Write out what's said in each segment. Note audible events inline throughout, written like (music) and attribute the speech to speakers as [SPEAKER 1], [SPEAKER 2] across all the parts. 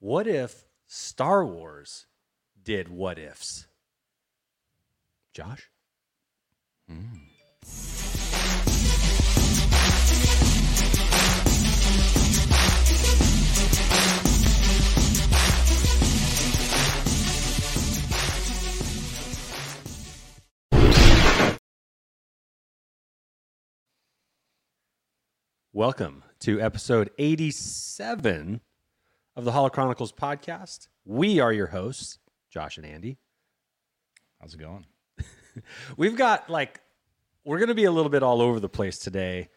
[SPEAKER 1] What if Star Wars did what ifs? Josh? Hmm. Welcome to episode 87 of the Hollow Chronicles podcast. We are your hosts, Josh and Andy.
[SPEAKER 2] How's it going?
[SPEAKER 1] We've got like, we're going to be a little bit all over the place today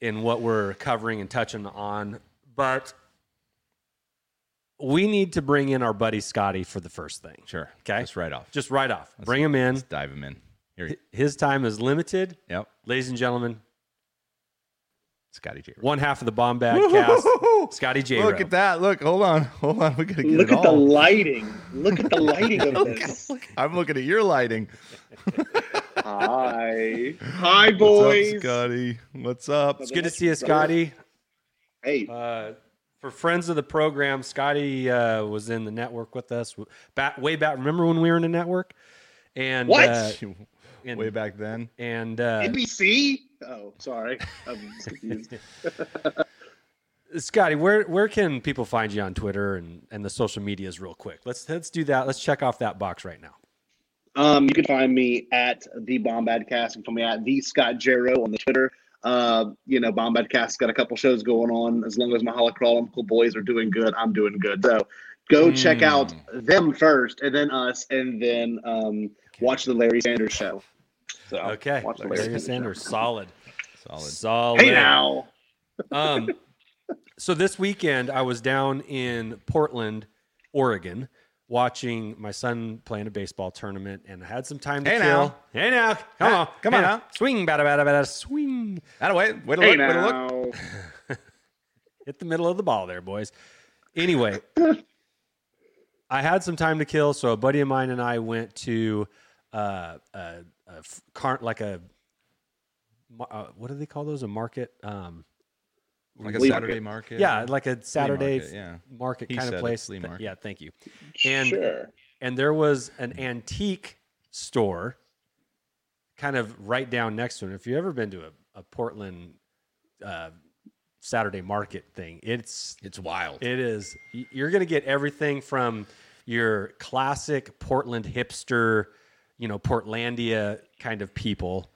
[SPEAKER 1] in what we're covering and touching on, but we need to bring in our buddy Scotty for the first thing.
[SPEAKER 2] Sure.
[SPEAKER 1] Okay.
[SPEAKER 2] Just right off.
[SPEAKER 1] Just right off, bring him in.
[SPEAKER 2] Let's dive him in. Here.
[SPEAKER 1] His time is limited.
[SPEAKER 2] Yep.
[SPEAKER 1] Ladies and gentlemen,
[SPEAKER 2] Scotty J.
[SPEAKER 1] one half of the bomb bag cast, Scotty J.
[SPEAKER 2] (laughs) Look
[SPEAKER 1] Rowe.
[SPEAKER 2] at that. Look. Hold on. Hold on. We gotta get
[SPEAKER 3] Look
[SPEAKER 2] it
[SPEAKER 3] at the
[SPEAKER 2] all.
[SPEAKER 3] lighting. Look at the lighting of this.
[SPEAKER 2] I'm looking at your lighting.
[SPEAKER 3] Hi. Hi,
[SPEAKER 2] What's up,
[SPEAKER 3] boys.
[SPEAKER 2] Scotty? What's up?
[SPEAKER 1] It's good to see you, Scotty.
[SPEAKER 3] Hey,
[SPEAKER 1] Uh, for friends of the program, Scotty uh, was in the network with us w- back way back. Remember when we were in the network? And
[SPEAKER 3] What?
[SPEAKER 1] uh,
[SPEAKER 2] (laughs)
[SPEAKER 1] and,
[SPEAKER 2] Way back then.
[SPEAKER 1] And uh,
[SPEAKER 3] NBC? Oh, sorry. I'm
[SPEAKER 2] (laughs)
[SPEAKER 3] confused.
[SPEAKER 1] Scotty, where where can people find you on Twitter and, and the social medias real quick? Let's let's do that. Let's check off that box right now.
[SPEAKER 3] Um, you can find me at the Bombadcast. You can find me at the Scott Jero on the Twitter. Uh, you know, Bombadcast's got a couple shows going on. As long as my Holocrawlumple boys are doing good, I'm doing good. So go check
[SPEAKER 2] Hmm.
[SPEAKER 3] out them first, and then us, and then um, watch the Larry Sanders show. So
[SPEAKER 1] Okay,
[SPEAKER 3] Oh, watch the Larry
[SPEAKER 1] Larry
[SPEAKER 3] Sanders
[SPEAKER 1] Sanders,
[SPEAKER 3] show.
[SPEAKER 1] solid,
[SPEAKER 2] Solid.
[SPEAKER 1] solid.
[SPEAKER 3] Hey now.
[SPEAKER 1] Um, so this weekend I was down in Portland, Oregon, watching my son playing a baseball tournament, and I had some time to
[SPEAKER 2] Hey
[SPEAKER 1] kill.
[SPEAKER 2] now.
[SPEAKER 1] Hey now, come
[SPEAKER 2] Hey,
[SPEAKER 1] on,
[SPEAKER 2] come
[SPEAKER 1] Hey
[SPEAKER 2] on
[SPEAKER 1] now.
[SPEAKER 2] now.
[SPEAKER 1] swing, bada bada bada, swing,
[SPEAKER 2] Out of way. Way to
[SPEAKER 3] Hey
[SPEAKER 2] look. Way to look.
[SPEAKER 3] now.
[SPEAKER 1] hit the middle of the ball there, boys. Anyway, I had some time to kill, so a buddy of mine and I went to uh, a, a f- car, like a mar- uh, what do they call those? A market. Um,
[SPEAKER 2] Like a
[SPEAKER 3] Flea
[SPEAKER 2] Saturday market.
[SPEAKER 1] yeah, like a Saturday
[SPEAKER 2] market, yeah.
[SPEAKER 1] market
[SPEAKER 2] He
[SPEAKER 1] kind
[SPEAKER 2] said
[SPEAKER 1] of
[SPEAKER 2] it,
[SPEAKER 1] place.
[SPEAKER 2] flea
[SPEAKER 1] Th-
[SPEAKER 2] market. Mm-hmm.
[SPEAKER 1] Yeah, thank you. And-
[SPEAKER 3] sure.
[SPEAKER 1] And there was an antique store kind of right down next to it. If you've ever been to a, a Portland uh, Saturday market thing, it's
[SPEAKER 2] It's wild.
[SPEAKER 1] it is y- you're going to get everything from your classic Portland hipster, you know, Portlandia kind of people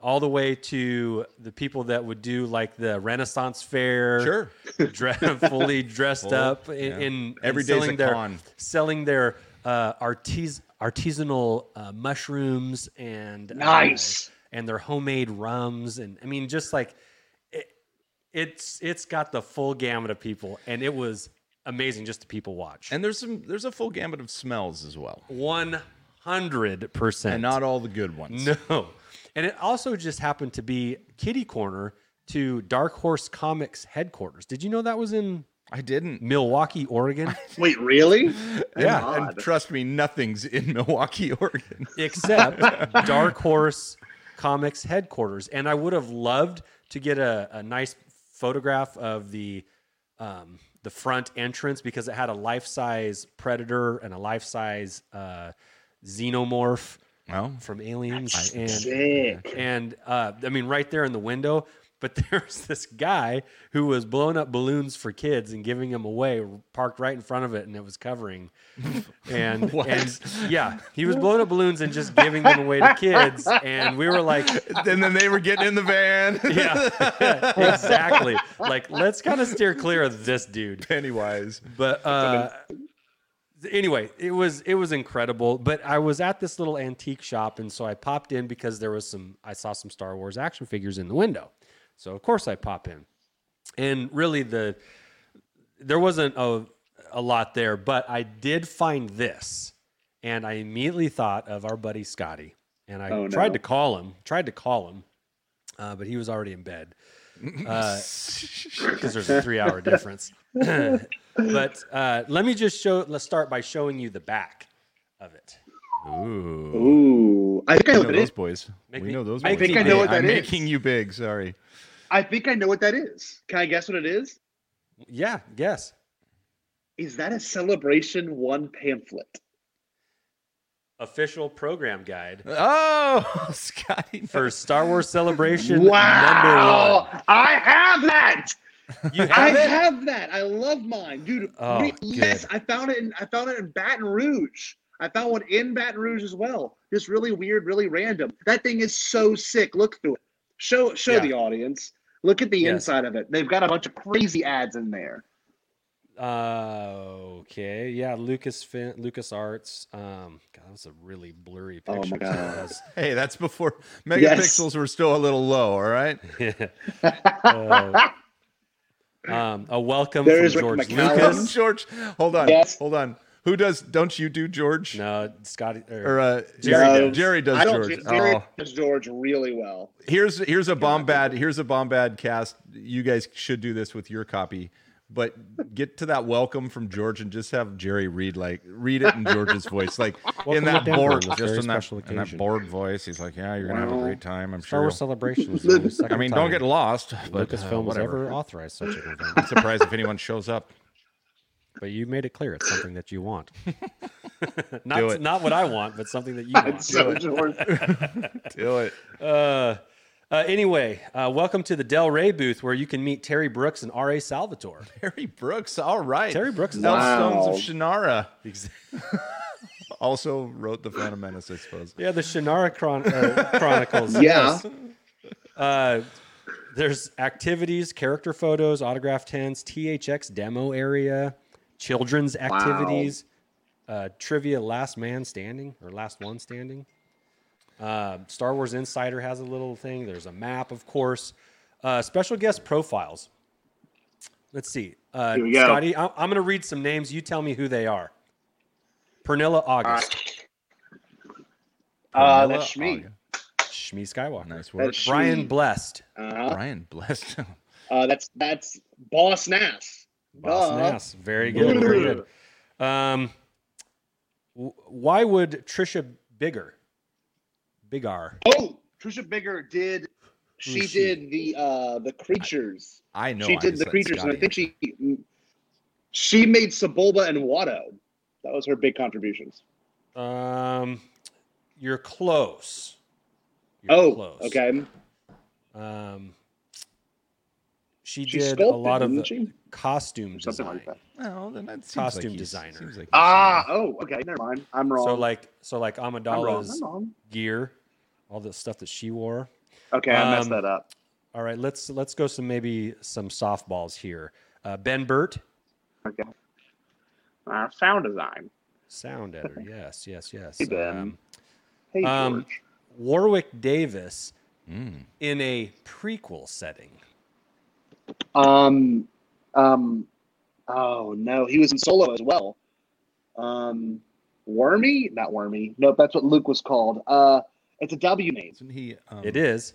[SPEAKER 1] all the way to the people that would do like the Renaissance fair
[SPEAKER 2] Sure.
[SPEAKER 1] dre-
[SPEAKER 2] (laughs)
[SPEAKER 1] fully dressed
[SPEAKER 2] Full,
[SPEAKER 1] up in, in,
[SPEAKER 2] yeah.
[SPEAKER 1] in
[SPEAKER 2] Every day's
[SPEAKER 1] selling
[SPEAKER 2] a
[SPEAKER 1] their
[SPEAKER 2] con.
[SPEAKER 1] selling their uh, artis- artisanal uh, mushrooms and uh,
[SPEAKER 3] Nice.
[SPEAKER 1] and their homemade rums and I mean just like it, it's it's got the full gamut of people and it was amazing just to people watch
[SPEAKER 2] And there's some there's a full gamut of smells as well.
[SPEAKER 1] one hundred
[SPEAKER 2] And
[SPEAKER 1] percent
[SPEAKER 2] not all the good ones.
[SPEAKER 1] (laughs) no. And it also just happened to be kitty corner to Dark Horse Comics headquarters. Did you know that was in
[SPEAKER 2] I didn't.
[SPEAKER 1] Milwaukee, Oregon?
[SPEAKER 3] Wait, really?
[SPEAKER 1] Yeah.
[SPEAKER 2] And, and trust me, nothing's in Milwaukee, (laughs) Oregon.
[SPEAKER 1] except Dark Horse Comics headquarters. And I would have loved to get a, a nice photograph of the um, the front entrance because it had a life size predator and a life size uh, xenomorph
[SPEAKER 2] Well,
[SPEAKER 1] from Aliens. And
[SPEAKER 3] Sick.
[SPEAKER 1] and uh, I mean, right there in the window. But (laughs) there's this guy who was blowing up balloons for kids and giving them away, parked right in front of it, and it was covering. And,
[SPEAKER 2] What?
[SPEAKER 1] and yeah, he was blowing up balloons and just giving them away to kids. And we were like, (laughs)
[SPEAKER 2] and then they were getting in the (laughs) van.
[SPEAKER 1] yeah, (laughs) exactly. Like, let's kind of steer clear of this dude.
[SPEAKER 2] Pennywise.
[SPEAKER 3] (laughs)
[SPEAKER 1] But uh, anyway, it was it was incredible. But I was at this little antique shop, and so I popped in because there was some I saw some Star Wars action figures in the window. So of course I pop in, and really the there wasn't a a lot there, but I did find this, and I immediately thought of our buddy Scotty, and I
[SPEAKER 3] Oh, no.
[SPEAKER 1] tried to call him, tried to call him, uh, but he was already in bed. Uh, because there's a three
[SPEAKER 3] (laughs)
[SPEAKER 1] hour difference. (clears throat) but uh, let me just show. Let's start by showing you the back of it.
[SPEAKER 2] Ooh.
[SPEAKER 3] Ooh, I think I know
[SPEAKER 2] We
[SPEAKER 3] what
[SPEAKER 2] know
[SPEAKER 3] that
[SPEAKER 2] those
[SPEAKER 3] is.
[SPEAKER 2] boys.
[SPEAKER 1] Make
[SPEAKER 2] we
[SPEAKER 1] me-
[SPEAKER 2] know those
[SPEAKER 1] make
[SPEAKER 2] boys.
[SPEAKER 1] me I think I know big.
[SPEAKER 3] what that
[SPEAKER 2] I'm
[SPEAKER 3] is.
[SPEAKER 2] making you big. Sorry.
[SPEAKER 3] I think I know what that is. Can I guess what it is?
[SPEAKER 1] Yeah. Yes.
[SPEAKER 3] Is that a celebration one pamphlet?
[SPEAKER 1] Official program guide
[SPEAKER 2] Oh, (laughs) Scotty.
[SPEAKER 1] for Star Wars Celebration
[SPEAKER 3] wow! I have that.
[SPEAKER 1] number one. You
[SPEAKER 3] I
[SPEAKER 1] have it?
[SPEAKER 3] have that. I love mine, dude.
[SPEAKER 1] Oh,
[SPEAKER 3] re-
[SPEAKER 1] good.
[SPEAKER 3] yes, I found it. In, I found it in Baton Rouge. I found one in Baton Rouge as well. Just really weird, really random. That thing is so sick. Look through it. Show show
[SPEAKER 1] Yeah.
[SPEAKER 3] the audience. Look at the
[SPEAKER 1] Yes.
[SPEAKER 3] inside of it. They've got a bunch of crazy ads in there.
[SPEAKER 1] Uh, okay, yeah, Lucas fin- Lucas Arts. Um, God, that was a really blurry
[SPEAKER 3] Oh my
[SPEAKER 1] picture. too.
[SPEAKER 3] God.
[SPEAKER 1] That was-
[SPEAKER 2] Hey, that's before
[SPEAKER 3] (laughs) Yes.
[SPEAKER 2] megapixels were still a little low. All
[SPEAKER 3] (laughs)
[SPEAKER 2] right.
[SPEAKER 1] Uh, um, a welcome
[SPEAKER 3] There
[SPEAKER 1] from
[SPEAKER 3] is Rick
[SPEAKER 1] George
[SPEAKER 3] McCallum.
[SPEAKER 1] Lucas.
[SPEAKER 2] George, hold on.
[SPEAKER 3] Yes.
[SPEAKER 2] Hold on. Who does? Don't you do George?
[SPEAKER 1] No, Scotty. Or,
[SPEAKER 2] Or uh,
[SPEAKER 1] Jerry
[SPEAKER 2] Jerry,
[SPEAKER 1] does.
[SPEAKER 2] Jerry does
[SPEAKER 3] I don't
[SPEAKER 2] George.
[SPEAKER 3] Jerry
[SPEAKER 2] Oh.
[SPEAKER 3] does George
[SPEAKER 1] (laughs)
[SPEAKER 3] really well.
[SPEAKER 2] here's here's a bomb bad here's a bomb bad cast you guys should do this with your copy but get to that welcome from george and just have jerry read like read it in george's voice like in
[SPEAKER 1] Welcome
[SPEAKER 2] that
[SPEAKER 1] to Denver on
[SPEAKER 2] bored
[SPEAKER 1] this
[SPEAKER 2] just
[SPEAKER 1] very
[SPEAKER 2] in that,
[SPEAKER 1] special
[SPEAKER 2] in that
[SPEAKER 1] occasion.
[SPEAKER 2] bored voice he's like yeah you're gonna have a
[SPEAKER 3] Well,
[SPEAKER 2] great time i'm
[SPEAKER 1] Star
[SPEAKER 2] sure
[SPEAKER 1] Wars Celebration. is
[SPEAKER 3] Look-
[SPEAKER 1] only the
[SPEAKER 2] you'll-" i
[SPEAKER 1] second
[SPEAKER 2] mean
[SPEAKER 1] time
[SPEAKER 2] don't get lost but uh,
[SPEAKER 1] Lucasfilm was
[SPEAKER 2] whatever
[SPEAKER 1] ever authorized such an event.
[SPEAKER 2] (laughs) i'm surprised if anyone shows
[SPEAKER 3] (laughs)
[SPEAKER 2] up
[SPEAKER 1] But you made it clear it's something that you want. (laughs) not
[SPEAKER 2] Do it.
[SPEAKER 1] not what I want, but something
[SPEAKER 2] (laughs)
[SPEAKER 1] that you want. (laughs)
[SPEAKER 3] It's so George.
[SPEAKER 2] do it
[SPEAKER 1] Uh, uh, anyway, uh, welcome to the Del Rey booth where you can meet Terry Brooks and R.A. Salvatore.
[SPEAKER 2] terry brooks all right
[SPEAKER 1] Terry Brooks is
[SPEAKER 2] Elf
[SPEAKER 3] Wow.
[SPEAKER 2] stones of shannara (laughs) also wrote the phantom menace i suppose
[SPEAKER 3] Uh,
[SPEAKER 1] Yeah, the Shannara Chron-
[SPEAKER 2] (laughs)
[SPEAKER 1] uh, Chronicles.
[SPEAKER 3] Yeah.
[SPEAKER 1] yes. Uh, there's activities, character photos, autographed hands, THX demo area, children's activities, uh, trivia, last man standing or last one standing. Uh, Star Wars Insider has a little thing. There's a map, of course. Uh, special guest profiles. Let's see. Uh,
[SPEAKER 3] Here we go.
[SPEAKER 1] Scotty, I- I'm going to read some names. You tell me who they are. Pernilla August,
[SPEAKER 3] Uh,
[SPEAKER 2] Pernilla
[SPEAKER 3] that's me.
[SPEAKER 2] Auger.
[SPEAKER 1] Shmi Skywalker,
[SPEAKER 2] nice work
[SPEAKER 3] That's
[SPEAKER 1] Brian
[SPEAKER 3] Shmi.
[SPEAKER 1] Blessed,
[SPEAKER 3] Uh-huh.
[SPEAKER 2] brian blessed
[SPEAKER 3] Uh, that's that's Boss Nass.
[SPEAKER 1] Boss
[SPEAKER 3] Duh.
[SPEAKER 1] Nass. Very good. Very good. Um, w- why would Trisha Bigger, Big R?
[SPEAKER 3] Oh, Trisha Bigger did. She
[SPEAKER 1] is she?
[SPEAKER 3] did the uh the creatures.
[SPEAKER 2] I know.
[SPEAKER 3] she
[SPEAKER 2] I
[SPEAKER 3] did
[SPEAKER 2] just
[SPEAKER 3] the
[SPEAKER 2] let
[SPEAKER 3] creatures, and I
[SPEAKER 2] Scotty
[SPEAKER 3] think she she made Sebulba and Watto. That was her big contributions.
[SPEAKER 1] Um, you're close. You're
[SPEAKER 3] Oh,
[SPEAKER 1] close.
[SPEAKER 3] okay.
[SPEAKER 1] Um, she,
[SPEAKER 3] She
[SPEAKER 1] did a
[SPEAKER 3] sculpted,
[SPEAKER 1] lot of
[SPEAKER 3] didn't
[SPEAKER 1] the
[SPEAKER 3] she?
[SPEAKER 1] costume
[SPEAKER 3] Something
[SPEAKER 1] design.
[SPEAKER 3] like that.
[SPEAKER 2] in. Oh, then that seems
[SPEAKER 1] Costume
[SPEAKER 2] he's-
[SPEAKER 1] designer.
[SPEAKER 2] seems like he's-
[SPEAKER 3] Ah, oh, okay. Never mind. I'm wrong.
[SPEAKER 1] so like, so like
[SPEAKER 3] I'm wrong. I'm
[SPEAKER 1] Amidala's
[SPEAKER 3] wrong.
[SPEAKER 1] gear, all the stuff that she wore.
[SPEAKER 3] Okay, I messed
[SPEAKER 1] Um,
[SPEAKER 3] that up.
[SPEAKER 1] All right, let's let's go some maybe some softballs here. Uh, ben Burt,
[SPEAKER 3] Okay. Uh, sound design.
[SPEAKER 1] sound editor. Yes, yes, yes.
[SPEAKER 3] Hey, Ben.
[SPEAKER 1] Um,
[SPEAKER 3] Hey,
[SPEAKER 1] Um,
[SPEAKER 3] George.
[SPEAKER 1] Warwick Davis
[SPEAKER 2] Mm.
[SPEAKER 1] in a prequel setting.
[SPEAKER 3] Um, um, oh no, he was in Solo as well. Um, Wormy, not Wormy. Nope, that's what Luke was called. Uh, it's a W name.
[SPEAKER 2] Isn't he? Um,
[SPEAKER 1] it is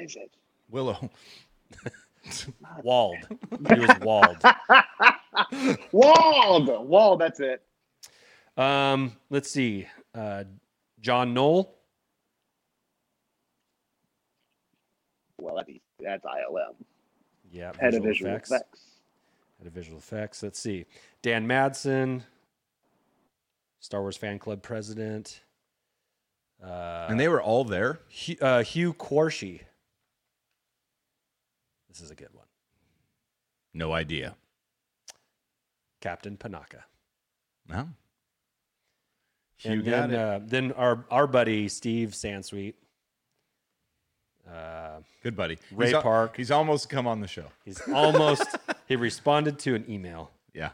[SPEAKER 1] (laughs)
[SPEAKER 3] is it?
[SPEAKER 2] Willow.
[SPEAKER 1] Walled. He was Walled.
[SPEAKER 3] Wald. Wald. That's it.
[SPEAKER 1] (laughs) Um, let's see. Uh, John Knoll.
[SPEAKER 3] Well, that'd be, that's ILM.
[SPEAKER 1] Yeah.
[SPEAKER 3] Head of visual effects.
[SPEAKER 1] Head of visual effects. Let's see. Dan Madsen. Star Wars fan club president. Uh,
[SPEAKER 2] and they were all there.
[SPEAKER 1] Hu- uh, Hugh Corshi. This is a good one.
[SPEAKER 2] No idea.
[SPEAKER 1] Captain Panaka.
[SPEAKER 2] No. You
[SPEAKER 1] and then,
[SPEAKER 2] got it.
[SPEAKER 1] uh, then our our buddy Steve Sansweet. Uh,
[SPEAKER 2] Good buddy.
[SPEAKER 1] Ray
[SPEAKER 2] he's al-
[SPEAKER 1] Park.
[SPEAKER 2] he's almost come on the show.
[SPEAKER 1] he's
[SPEAKER 2] (laughs)
[SPEAKER 1] almost he responded to an email.
[SPEAKER 2] Yeah.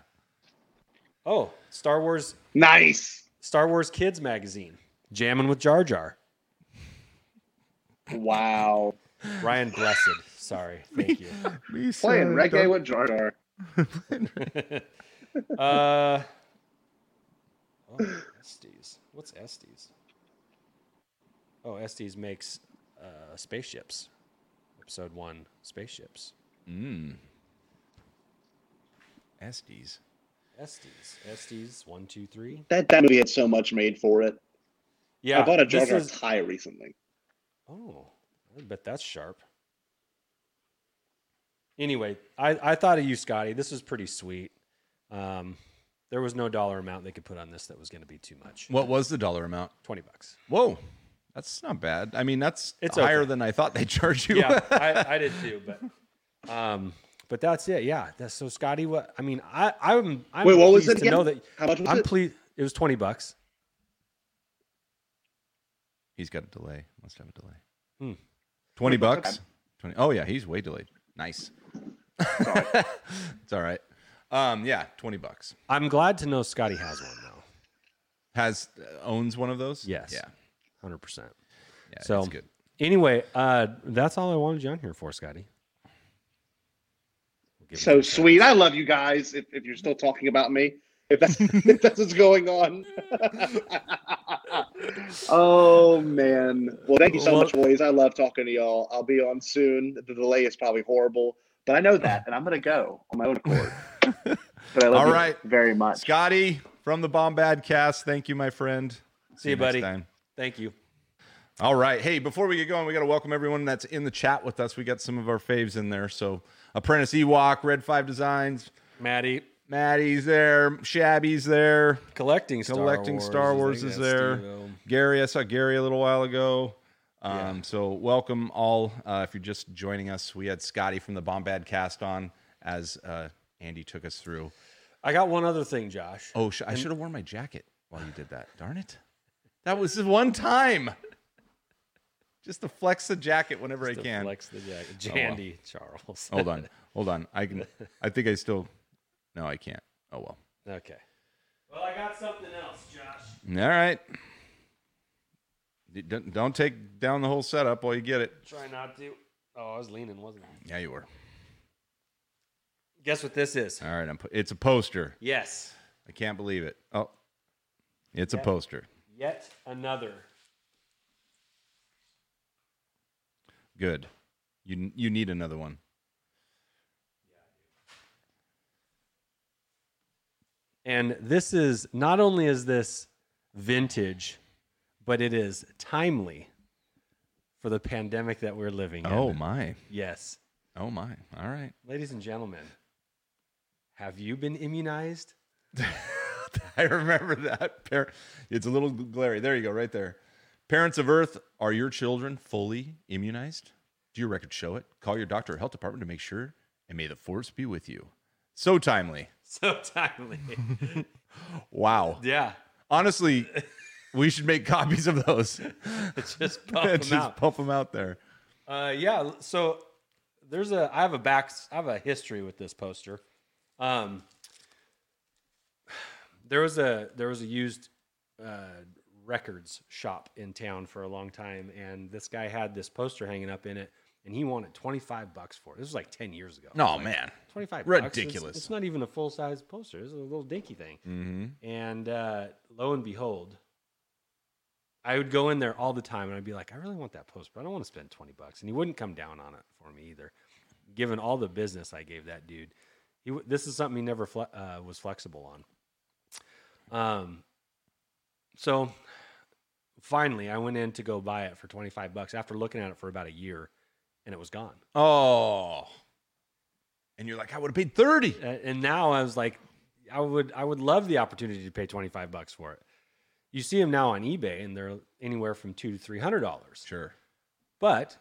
[SPEAKER 1] Oh, Star Wars
[SPEAKER 3] Nice.
[SPEAKER 1] Star Wars Kids magazine. Jamming with Jar Jar.
[SPEAKER 3] Wow.
[SPEAKER 1] Ryan Blessed. Sorry. Thank you. (laughs)
[SPEAKER 3] Playing reggae with Jar Jar.
[SPEAKER 1] Uh Oh, Estes. What's Estes? Oh, Estes makes uh, spaceships. Episode 1 spaceships.
[SPEAKER 2] Mm. Estes.
[SPEAKER 1] Estes. Estes one, two, three.
[SPEAKER 3] That that movie had so much made for it.
[SPEAKER 1] Yeah.
[SPEAKER 3] I bought a Jar
[SPEAKER 1] this
[SPEAKER 3] Jar
[SPEAKER 1] is-
[SPEAKER 3] tie recently.
[SPEAKER 1] Oh, I bet that's sharp. Anyway, I, I thought of you, Scotty. This is pretty sweet. Um, there was no dollar amount they could put on this that was going to be too much.
[SPEAKER 2] What was the dollar amount?
[SPEAKER 1] Twenty (laughs) bucks.
[SPEAKER 2] Whoa, that's not bad. I mean, that's
[SPEAKER 1] It's
[SPEAKER 2] higher
[SPEAKER 1] okay.
[SPEAKER 2] than I thought they charge you. (laughs)
[SPEAKER 1] yeah, I, I did too, but um, but that's it. Yeah, that's so Scotty. What I mean, I I'm, I'm
[SPEAKER 3] Wait, what was
[SPEAKER 1] pleased
[SPEAKER 3] it
[SPEAKER 1] to know
[SPEAKER 3] again?
[SPEAKER 1] that
[SPEAKER 3] How much was
[SPEAKER 1] I'm
[SPEAKER 3] it?
[SPEAKER 1] pleased. It was twenty bucks.
[SPEAKER 2] he's got a delay. Must have a delay.
[SPEAKER 1] Hmm.
[SPEAKER 2] Twenty bucks. Twenty. Oh yeah, he's way delayed. Nice. (laughs) it's all right. Um, yeah, twenty bucks.
[SPEAKER 1] I'm glad to know Scotty has one though.
[SPEAKER 2] Has uh, owns one of those.
[SPEAKER 1] Yes.
[SPEAKER 2] Yeah.
[SPEAKER 1] Hundred percent.
[SPEAKER 2] Yeah.
[SPEAKER 1] So-
[SPEAKER 2] it's good.
[SPEAKER 1] Anyway, uh, that's all I wanted you on here for, Scotty. We'll give it to
[SPEAKER 3] So
[SPEAKER 1] you.
[SPEAKER 3] sweet. I love you guys. If, if you're still talking about me, if that's, (laughs) if that's what's going on. (laughs) oh man. Well, thank you so
[SPEAKER 1] Well-
[SPEAKER 3] much, boys. I love talking to y'all. I'll be on soon. The delay is probably horrible, but I know that, and I'm gonna go on my own
[SPEAKER 1] (laughs)
[SPEAKER 3] accord. but I love
[SPEAKER 2] All
[SPEAKER 3] you
[SPEAKER 2] right.
[SPEAKER 3] very much.
[SPEAKER 2] Scotty from the Bomb Bad Cast. Thank you, my friend.
[SPEAKER 1] See you,
[SPEAKER 2] next
[SPEAKER 1] buddy.
[SPEAKER 2] time.
[SPEAKER 1] Thank you.
[SPEAKER 2] All right. Hey, before we get going, we got to welcome everyone that's in the chat with us. We got some of our faves in there. So Apprentice Ewok, Red Five Designs,
[SPEAKER 1] Maddie,
[SPEAKER 2] Maddie's there, Shabby's there,
[SPEAKER 1] collecting Star
[SPEAKER 2] Collecting
[SPEAKER 1] Wars.
[SPEAKER 2] Star Wars
[SPEAKER 1] like
[SPEAKER 2] is
[SPEAKER 1] that,
[SPEAKER 2] there.
[SPEAKER 1] Steve-O.
[SPEAKER 2] Gary. I saw Gary a little while ago. Um,
[SPEAKER 1] Yeah.
[SPEAKER 2] So welcome all. Uh, if you're just joining us, we had Scotty from the Bombad Cast on as uh, Andy took us through.
[SPEAKER 1] I got one other thing, Josh.
[SPEAKER 2] Oh, sh- I should have worn my jacket while you did that. Darn it. That was the one time. Just to flex the jacket whenever I
[SPEAKER 1] To
[SPEAKER 2] can.
[SPEAKER 1] Flex the jacket. Jandy Charles.
[SPEAKER 2] Hold on. Hold on. I can I think I still No, I can't. Oh well.
[SPEAKER 1] (laughs) okay. Well, I got something else, Josh.
[SPEAKER 2] All right. D- Don't, don't take down the whole setup while you get it.
[SPEAKER 1] Try not to. Oh, I was leaning, wasn't I?
[SPEAKER 2] Yeah, you were.
[SPEAKER 1] Guess what this is?
[SPEAKER 2] All right, I'm pu- it's a poster.
[SPEAKER 1] Yes.
[SPEAKER 2] I can't believe it. Oh. It's a
[SPEAKER 1] Yeah.
[SPEAKER 2] poster.
[SPEAKER 1] Yet another.
[SPEAKER 2] Good. You you need another one.
[SPEAKER 1] And this is not only is this vintage, but it is timely for the pandemic that we're living in.
[SPEAKER 2] Oh my.
[SPEAKER 1] yes.
[SPEAKER 2] Oh my. All right. (laughs)
[SPEAKER 1] Ladies and gentlemen, have you been immunized?
[SPEAKER 2] I remember that. Par- It's a little glary. There you go, right there. Parents of Earth, are your children fully immunized? Do your records show it? Call your doctor or health department to make sure, and may the force be with you. So timely.
[SPEAKER 1] (laughs) So timely.
[SPEAKER 2] Wow.
[SPEAKER 1] yeah.
[SPEAKER 2] Honestly, we should make copies of those.
[SPEAKER 1] (laughs) Just
[SPEAKER 2] (laughs)
[SPEAKER 1] pump them
[SPEAKER 2] and just
[SPEAKER 1] out.
[SPEAKER 2] pump them out there.
[SPEAKER 1] Uh, yeah. So there's a I have a back I have a history with this poster. Um, there was a there was a used uh, records shop in town for a long time, and this guy had this poster hanging up in it, and he wanted 25 bucks for it. This was like 10 years ago.
[SPEAKER 2] Oh man.
[SPEAKER 1] 25 bucks. It's-
[SPEAKER 2] ridiculous.
[SPEAKER 1] It's, not even a full size poster. It's a little dinky thing.
[SPEAKER 2] Mm-hmm.
[SPEAKER 1] And uh, lo and behold, I would go in there all the time and I'd be like, I really want that poster, but I don't want to spend 20 bucks. And he wouldn't come down on it for me either. Given all the business I gave that dude, he, w- this is something he never fle- uh, was flexible on. Um, so finally, I went in to go buy it for 25 bucks after looking at it for about a year and it was gone.
[SPEAKER 2] Oh. And you're like, I would have paid 30.
[SPEAKER 1] Uh, and now I was like, I would I would love the opportunity to pay twenty five bucks for it. You see them now on eBay, and they're anywhere from two to three hundred dollars.
[SPEAKER 2] Sure.
[SPEAKER 1] But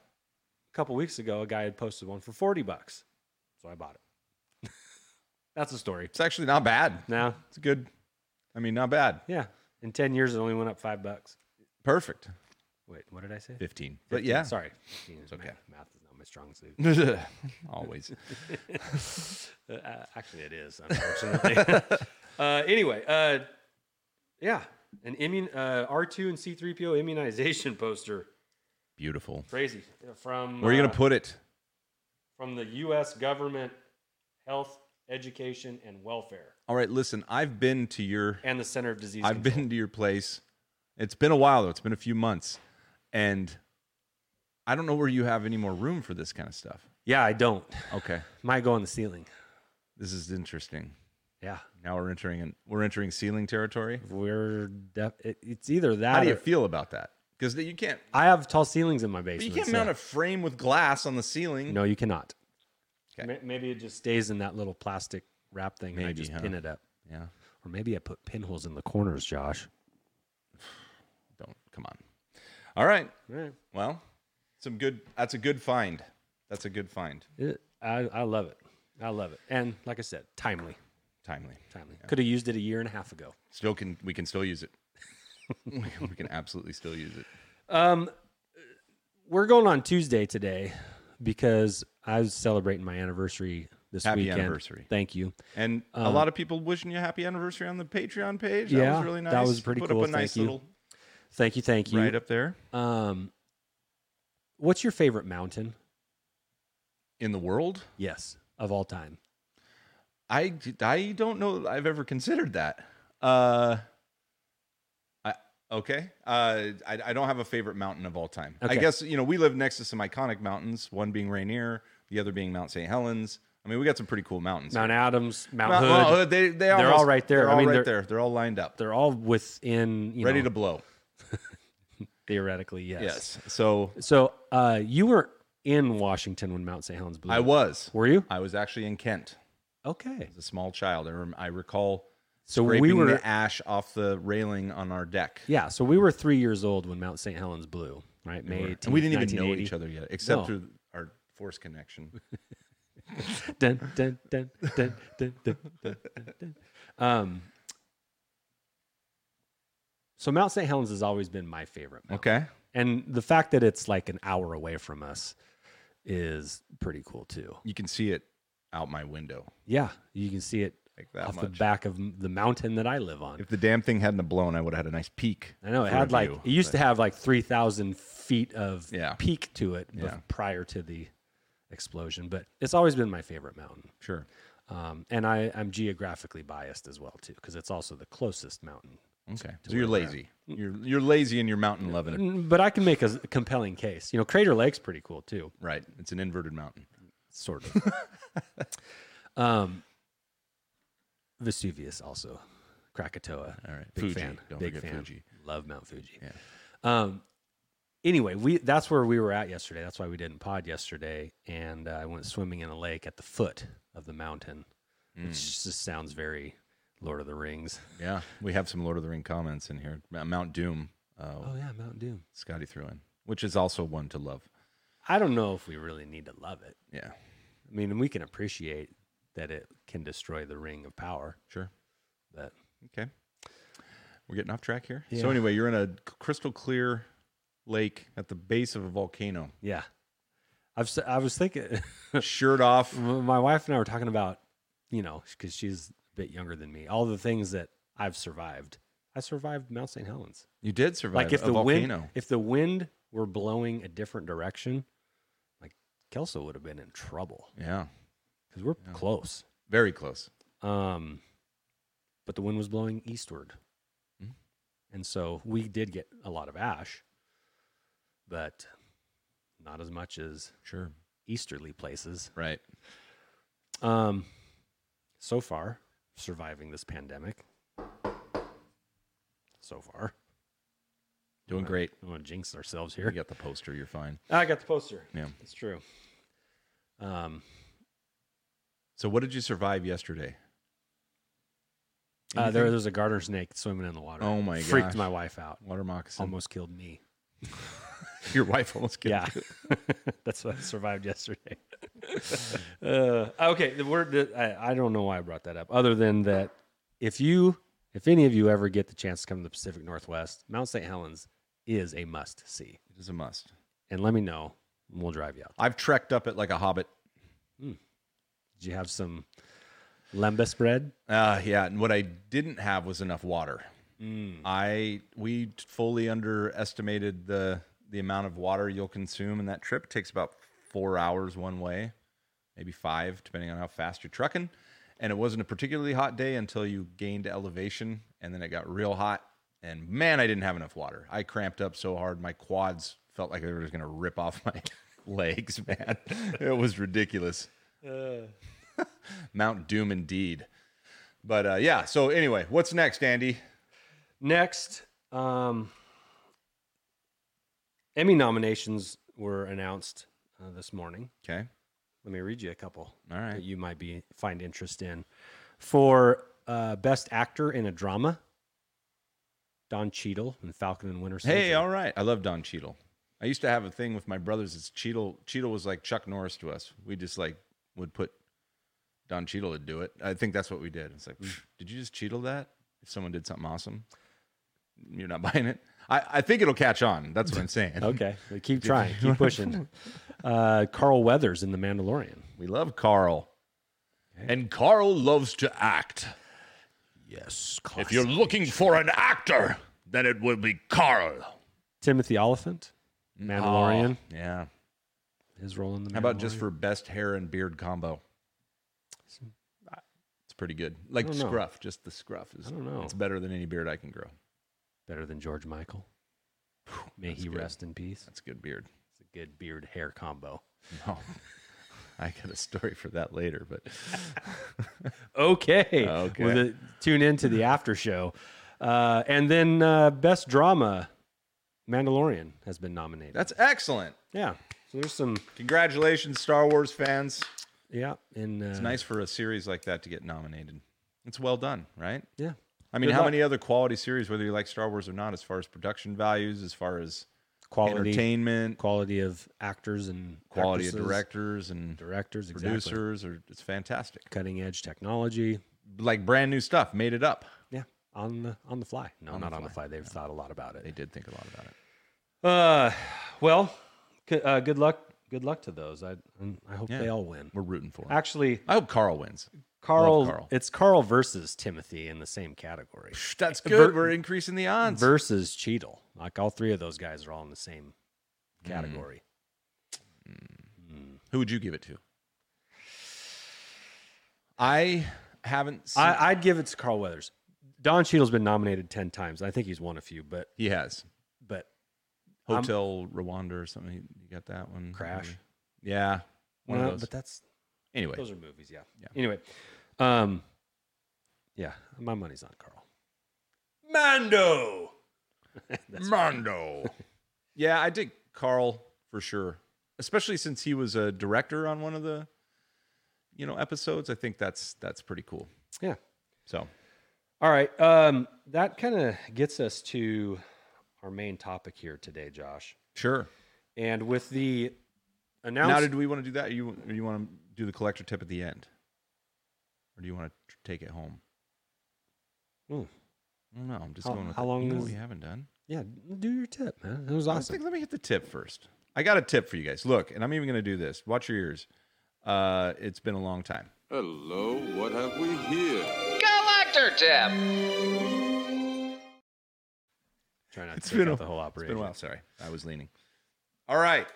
[SPEAKER 1] a couple weeks ago, a guy had posted one for forty bucks, so I bought it. (laughs) That's the story.
[SPEAKER 2] It's actually not bad.
[SPEAKER 1] Now,
[SPEAKER 2] It's good. I mean, not bad.
[SPEAKER 1] yeah, in ten years, it only went up five bucks.
[SPEAKER 2] Perfect.
[SPEAKER 1] Wait, what did I say?
[SPEAKER 2] 15. But yeah.
[SPEAKER 1] sorry, it's
[SPEAKER 2] okay.
[SPEAKER 1] Math, math is not my strong suit.
[SPEAKER 2] (laughs) Always.
[SPEAKER 1] Uh, actually, it is unfortunately. (laughs) uh, anyway, uh, yeah, an immun uh, R two and C three PO immunization poster,
[SPEAKER 2] Beautiful.
[SPEAKER 1] crazy from
[SPEAKER 2] Where are you going
[SPEAKER 1] uh,
[SPEAKER 2] to put it?
[SPEAKER 1] from the U.S. government, health, education, and welfare,
[SPEAKER 2] All right, listen, I've been to your
[SPEAKER 1] and the Center of Disease.
[SPEAKER 2] I've been to your place. It's been a while though. It's been a few months. And I don't know where you have any more room for this kind of stuff.
[SPEAKER 1] Yeah, I don't.
[SPEAKER 2] Okay.
[SPEAKER 1] Might go on the ceiling.
[SPEAKER 2] This is interesting.
[SPEAKER 1] Yeah,
[SPEAKER 2] Now we're entering in, we're entering ceiling territory.
[SPEAKER 1] we're def- it, it's either that.
[SPEAKER 2] How do you
[SPEAKER 1] or-
[SPEAKER 2] feel about that? Cuz you can't
[SPEAKER 1] I have tall ceilings in my
[SPEAKER 2] but
[SPEAKER 1] basement.
[SPEAKER 2] you can't
[SPEAKER 1] so-
[SPEAKER 2] mount a frame with glass on the ceiling.
[SPEAKER 1] No, you cannot.
[SPEAKER 2] Okay.
[SPEAKER 1] Ma- Maybe it just stays in that little plastic wrap thing and I
[SPEAKER 2] Maybe,
[SPEAKER 1] just
[SPEAKER 2] huh?
[SPEAKER 1] pin it up.
[SPEAKER 2] Yeah.
[SPEAKER 1] Or maybe I put pinholes in the corners, Josh.
[SPEAKER 2] Don't come on. All right.
[SPEAKER 1] Right.
[SPEAKER 2] Well, some good. That's a good find. That's a good find.
[SPEAKER 1] It- I, I love it. I love it. And like I said, timely.
[SPEAKER 2] Timely.
[SPEAKER 1] Timely. Could have used it a year and a half ago.
[SPEAKER 2] Still can we can still use it. (laughs) we can we can absolutely still use it.
[SPEAKER 1] Um, we're going on Tuesday today because I was celebrating my anniversary this
[SPEAKER 2] Happy
[SPEAKER 1] weekend.
[SPEAKER 2] anniversary.
[SPEAKER 1] Thank you.
[SPEAKER 2] And a lot of people wishing you a happy anniversary on the Patreon page. That
[SPEAKER 1] Um, Yeah,
[SPEAKER 2] was really nice.
[SPEAKER 1] that was pretty
[SPEAKER 2] Put
[SPEAKER 1] cool.
[SPEAKER 2] up a nice
[SPEAKER 1] Thank you.
[SPEAKER 2] little
[SPEAKER 1] Thank you. Thank you.
[SPEAKER 2] right up there
[SPEAKER 1] Um, what's your favorite mountain?
[SPEAKER 2] in the world.
[SPEAKER 1] Yes, of all time.
[SPEAKER 2] I I don't know that I've ever considered that. Uh, I okay. Uh, I I don't have a favorite mountain of all time. I
[SPEAKER 1] Okay.
[SPEAKER 2] guess you know we live next to some iconic mountains. One being Rainier, the other being Mount St. Helens. I mean, we got some pretty cool mountains.
[SPEAKER 1] Mount Adams, Mount,
[SPEAKER 2] Mount-
[SPEAKER 1] Hood.
[SPEAKER 2] Mount Hood, they they
[SPEAKER 1] all
[SPEAKER 2] almost-
[SPEAKER 1] right there.
[SPEAKER 2] They're
[SPEAKER 1] I
[SPEAKER 2] all
[SPEAKER 1] mean,
[SPEAKER 2] right
[SPEAKER 1] they're-
[SPEAKER 2] there. They're all lined up,
[SPEAKER 1] They're all within, you
[SPEAKER 2] ready
[SPEAKER 1] know,
[SPEAKER 2] to blow.
[SPEAKER 1] theoretically, yes.
[SPEAKER 2] Yes. So
[SPEAKER 1] So uh, you were in Washington when Mount St. Helens blew.
[SPEAKER 2] I
[SPEAKER 1] up.
[SPEAKER 2] was
[SPEAKER 1] Were you?
[SPEAKER 2] I was actually in Kent
[SPEAKER 1] Okay.
[SPEAKER 2] as a small child. I, rem- I recall
[SPEAKER 1] So we
[SPEAKER 2] scraping
[SPEAKER 1] were.
[SPEAKER 2] the ash off the railing on our deck.
[SPEAKER 1] Yeah, so we were three years old when Mount St. Helens blew, right? May 18th,
[SPEAKER 2] and we didn't even know each other yet, except
[SPEAKER 1] No.
[SPEAKER 2] through our force connection.
[SPEAKER 1] Dun, dun, dun, dun, dun, dun, dun, dun, dun. Um, so Mount St. Helens has always been my favorite. mountain.
[SPEAKER 2] Okay.
[SPEAKER 1] And the fact that it's like an hour away from us is pretty cool too.
[SPEAKER 2] You can see it out my window
[SPEAKER 1] Yeah, you can see it
[SPEAKER 2] like that
[SPEAKER 1] off the
[SPEAKER 2] much.
[SPEAKER 1] back of m- the mountain that I live on.
[SPEAKER 2] if the damn thing hadn't have blown, I would have had a nice peak.
[SPEAKER 1] I know it
[SPEAKER 2] for a
[SPEAKER 1] had like
[SPEAKER 2] view,
[SPEAKER 1] it used
[SPEAKER 2] but
[SPEAKER 1] to have like three thousand feet of
[SPEAKER 2] Yeah.
[SPEAKER 1] peak to it bef-
[SPEAKER 2] Yeah.
[SPEAKER 1] prior to the explosion, but it's always been my favorite mountain,
[SPEAKER 2] Sure.
[SPEAKER 1] um, and I, I'm geographically biased as well too because it's also the closest mountain.
[SPEAKER 2] Okay. So you're lazy. You're you're lazy in your mountain loving.
[SPEAKER 1] Mm, But I can make a s- compelling case. You know, Crater Lake's pretty cool too,
[SPEAKER 2] Right. It's an inverted mountain.
[SPEAKER 1] sort
[SPEAKER 2] (laughs)
[SPEAKER 1] of. um, Vesuvius also, Krakatoa.
[SPEAKER 2] All right.
[SPEAKER 1] Big
[SPEAKER 2] Fuji.
[SPEAKER 1] fan.
[SPEAKER 2] Don't
[SPEAKER 1] big
[SPEAKER 2] forget
[SPEAKER 1] fan.
[SPEAKER 2] Fuji.
[SPEAKER 1] Love Mount Fuji.
[SPEAKER 2] Yeah.
[SPEAKER 1] Um. Anyway, we that's where we were at yesterday. That's why we didn't pod yesterday, and uh, I went swimming in a lake at the foot of the mountain, which just sounds very Lord of the Rings.
[SPEAKER 2] Mm. Yeah. We have some Lord of the Ring comments in here. M- Mount Doom. Uh,
[SPEAKER 1] Oh yeah, Mount Doom.
[SPEAKER 2] Scotty threw in, which is also one to love.
[SPEAKER 1] I don't know if we really need to love it.
[SPEAKER 2] Yeah.
[SPEAKER 1] I mean, we can appreciate that it can destroy the ring of power,
[SPEAKER 2] Sure.
[SPEAKER 1] but
[SPEAKER 2] Okay. We're getting off track here.
[SPEAKER 1] Yeah.
[SPEAKER 2] So anyway, you're in a c- crystal clear lake at the base of a volcano.
[SPEAKER 1] yeah. I've s- I was thinking (laughs)
[SPEAKER 2] Shirt off.
[SPEAKER 1] M- my wife and I were talking about, you know, because she's a bit younger than me, all the things that I've survived. I survived Mount St. Helens.
[SPEAKER 2] You did survive
[SPEAKER 1] Like if
[SPEAKER 2] a
[SPEAKER 1] the
[SPEAKER 2] volcano.
[SPEAKER 1] wind, if the wind were blowing a different direction, like Kelso would have been in trouble
[SPEAKER 2] Yeah.
[SPEAKER 1] because we're close.
[SPEAKER 2] Very close.
[SPEAKER 1] Um, but the wind was blowing eastward,
[SPEAKER 2] Mm.
[SPEAKER 1] and so we did get a lot of ash, but not as much as
[SPEAKER 2] Sure.
[SPEAKER 1] easterly places.
[SPEAKER 2] Right.
[SPEAKER 1] Um, so far, surviving this pandemic. So far,
[SPEAKER 2] Doing great.
[SPEAKER 1] I don't want to jinx ourselves
[SPEAKER 2] You
[SPEAKER 1] here. Ah,
[SPEAKER 2] got the poster. You're fine.
[SPEAKER 1] I got the poster.
[SPEAKER 2] Yeah.
[SPEAKER 1] it's true. Um,
[SPEAKER 2] So what did you survive yesterday?
[SPEAKER 1] uh, there,
[SPEAKER 2] Anything?
[SPEAKER 1] there was a garter snake swimming in the water.
[SPEAKER 2] Oh my
[SPEAKER 1] Freaked
[SPEAKER 2] gosh.
[SPEAKER 1] my wife out.
[SPEAKER 2] water moccasin.
[SPEAKER 1] Almost killed me.
[SPEAKER 2] (laughs) Your wife almost killed.
[SPEAKER 1] Yeah,
[SPEAKER 2] you.
[SPEAKER 1] (laughs)
[SPEAKER 2] (laughs)
[SPEAKER 1] that's what I survived yesterday. (laughs) uh, okay, the word that I, I don't know why I brought that up, other than that if you, if any of you ever get the chance to come to the Pacific Northwest, Mount St. Helens is a must see.
[SPEAKER 2] It is a must.
[SPEAKER 1] And let me know, and we'll drive you out.
[SPEAKER 2] I've trekked up it like a hobbit.
[SPEAKER 1] Did you have some lembas bread?
[SPEAKER 2] Uh, yeah. And what I didn't have was enough water. I we fully underestimated the the amount of water you'll consume, and that trip It takes about four hours one way, maybe five, depending on how fast you're trucking. And it wasn't a particularly hot day until you gained elevation, and then it got real hot. And man, I didn't have enough water. I cramped up so hard, my quads felt like they were just gonna rip off (laughs) my legs. Man, it was ridiculous.
[SPEAKER 1] Uh,
[SPEAKER 2] Mount Doom, indeed. But uh, yeah. So anyway, what's next, Andy?
[SPEAKER 1] Next, um, Emmy nominations were announced uh, this morning.
[SPEAKER 2] Okay.
[SPEAKER 1] Let me read you a couple
[SPEAKER 2] All right.
[SPEAKER 1] that you might be find interest in. for uh, best actor in a drama. Don Cheadle in Falcon and Winter Soldier.
[SPEAKER 2] Hey, all right. I love Don Cheadle. I used to have a thing with my brothers. It's Cheadle. Cheadle was like Chuck Norris to us. We just like would put Don Cheadle to do it. I think that's what we did. It's like, "Phew, did you just Cheadle that? If someone did something awesome, you're not (laughs) buying it. I, I think it'll catch on. That's what I'm
[SPEAKER 1] (laughs)
[SPEAKER 2] saying.
[SPEAKER 1] Okay, Well, (laughs) keep trying, keep (laughs) pushing. Uh, Carl Weathers in The Mandalorian.
[SPEAKER 2] We love Carl, and Carl loves to act.
[SPEAKER 1] Yes,
[SPEAKER 2] If you're looking for an actor, then it will be Carl.
[SPEAKER 1] Timothy Oliphant, Mandalorian.
[SPEAKER 2] Oh, yeah.
[SPEAKER 1] His role in the.
[SPEAKER 2] How about just
[SPEAKER 1] Mandalorian.
[SPEAKER 2] for best hair and beard combo? It's pretty good. Like
[SPEAKER 1] don't know.
[SPEAKER 2] scruff, just the scruff is.
[SPEAKER 1] I don't know.
[SPEAKER 2] It's better than any beard I can grow.
[SPEAKER 1] better than George Michael? May
[SPEAKER 2] that's
[SPEAKER 1] he
[SPEAKER 2] good.
[SPEAKER 1] rest in peace.
[SPEAKER 2] That's a good beard.
[SPEAKER 1] It's a good beard hair combo.
[SPEAKER 2] No, (laughs) I got a story for that later, but
[SPEAKER 1] Okay.
[SPEAKER 2] Okay.
[SPEAKER 1] Well, the- tune in (laughs) to the after show, uh, and then uh, best drama, Mandalorian has been nominated.
[SPEAKER 2] that's excellent.
[SPEAKER 1] yeah. So there's some.
[SPEAKER 2] Congratulations, Star Wars fans.
[SPEAKER 1] Yeah. In. Uh,
[SPEAKER 2] It's nice for a series like that to get nominated. It's well done, right?
[SPEAKER 1] Yeah.
[SPEAKER 2] I mean,
[SPEAKER 1] Good
[SPEAKER 2] how
[SPEAKER 1] luck.
[SPEAKER 2] many other quality series, whether you like Star Wars or not, as far as production values, as far as
[SPEAKER 1] Quality.
[SPEAKER 2] entertainment,
[SPEAKER 1] Quality of actors and
[SPEAKER 2] quality of
[SPEAKER 1] actresses,
[SPEAKER 2] directors and
[SPEAKER 1] directors, exactly.
[SPEAKER 2] producers, or it's fantastic.
[SPEAKER 1] cutting edge technology.
[SPEAKER 2] Like brand new stuff, made it up.
[SPEAKER 1] Yeah, on the on the fly. No,
[SPEAKER 2] On the
[SPEAKER 1] not on the
[SPEAKER 2] fly.
[SPEAKER 1] fly. They've thought a lot about
[SPEAKER 2] They
[SPEAKER 1] it.
[SPEAKER 2] did think a lot about it.
[SPEAKER 1] Uh, well, c- uh, good luck. Good luck to those. I and I hope
[SPEAKER 2] Yeah.
[SPEAKER 1] they all win.
[SPEAKER 2] We're rooting for 'em.
[SPEAKER 1] Actually,
[SPEAKER 2] I hope Carl wins.
[SPEAKER 1] Carl,
[SPEAKER 2] Carl.
[SPEAKER 1] It's Carl versus Timothy in the same category.
[SPEAKER 2] That's
[SPEAKER 1] Ver-
[SPEAKER 2] good. We're increasing the odds.
[SPEAKER 1] Versus Cheadle. Like all three of those guys are all in the same
[SPEAKER 2] Mm.
[SPEAKER 1] category.
[SPEAKER 2] Who would you give it to? I haven't seen.
[SPEAKER 1] I, I'd give it to Carl Weathers. Don Cheadle's been nominated ten times. I think he's won a few, but
[SPEAKER 2] he has.
[SPEAKER 1] but I'm-
[SPEAKER 2] Hotel Rwanda or something. You got that one?
[SPEAKER 1] Crash.
[SPEAKER 2] Yeah. One
[SPEAKER 1] No,
[SPEAKER 2] of those.
[SPEAKER 1] but that's
[SPEAKER 2] anyway,
[SPEAKER 1] Those are movies, yeah. Anyway, um, yeah, my money's on Carl.
[SPEAKER 2] Mando. Mando. yeah, I dig Carl for sure, especially since he was a director on one of the, you know, episodes. I think that's that's pretty cool.
[SPEAKER 1] Yeah.
[SPEAKER 2] So
[SPEAKER 1] All right. Um, that kind of gets us to our main topic here today, Josh.
[SPEAKER 2] sure.
[SPEAKER 1] And with the
[SPEAKER 2] Now,
[SPEAKER 1] announcement,
[SPEAKER 2] did we want to do that? Or you or you want to do the collector tip at the end, or do you want to take it home?
[SPEAKER 1] Ooh.
[SPEAKER 2] I don't know. I'm just
[SPEAKER 1] How-
[SPEAKER 2] going with
[SPEAKER 1] how
[SPEAKER 2] it.
[SPEAKER 1] long
[SPEAKER 2] You know what
[SPEAKER 1] is-
[SPEAKER 2] we haven't done.
[SPEAKER 1] yeah, do your tip, man. That was
[SPEAKER 2] I
[SPEAKER 1] awesome.
[SPEAKER 2] think, let me hit the tip first. I got a tip for you guys. Look, and I'm even going to do this. Watch your ears. Uh, it's been a long time.
[SPEAKER 4] Hello, what have we here?
[SPEAKER 5] Collector tip.
[SPEAKER 1] Try not
[SPEAKER 2] It's
[SPEAKER 1] to take
[SPEAKER 2] been a-
[SPEAKER 1] out the whole
[SPEAKER 2] It's been
[SPEAKER 1] operation.
[SPEAKER 2] a while. Sorry, I was leaning. All right,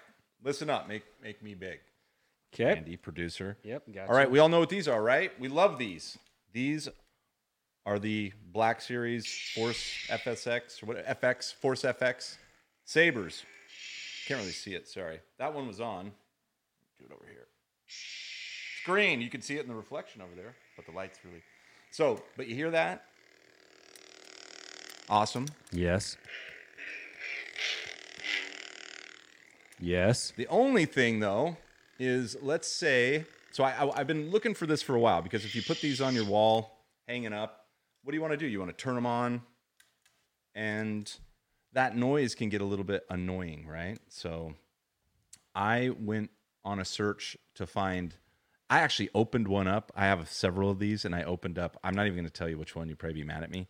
[SPEAKER 2] listen up. Make make me big,
[SPEAKER 1] Okay.
[SPEAKER 2] Andy, producer.
[SPEAKER 1] Yep. Gotcha.
[SPEAKER 2] All right, we all know what these are, right? We love these. These are the Black Series Force FSX or what FX Force FX sabers. Can't really see it. Sorry, that one was on. Do it over here. Screen. You can see it in the reflection over there, but the light's really. So, but you hear that? Awesome.
[SPEAKER 1] Yes. Yes.
[SPEAKER 2] The only thing though is let's say so I, I have been looking for this for a while because if you put these on your wall hanging up, what do you want to do? You want to turn them on, and that noise can get a little bit annoying, right? So I went on a search to find. I actually opened one up. I have several of these, and I opened up. I'm not even going to tell you which one. You probably be mad at me.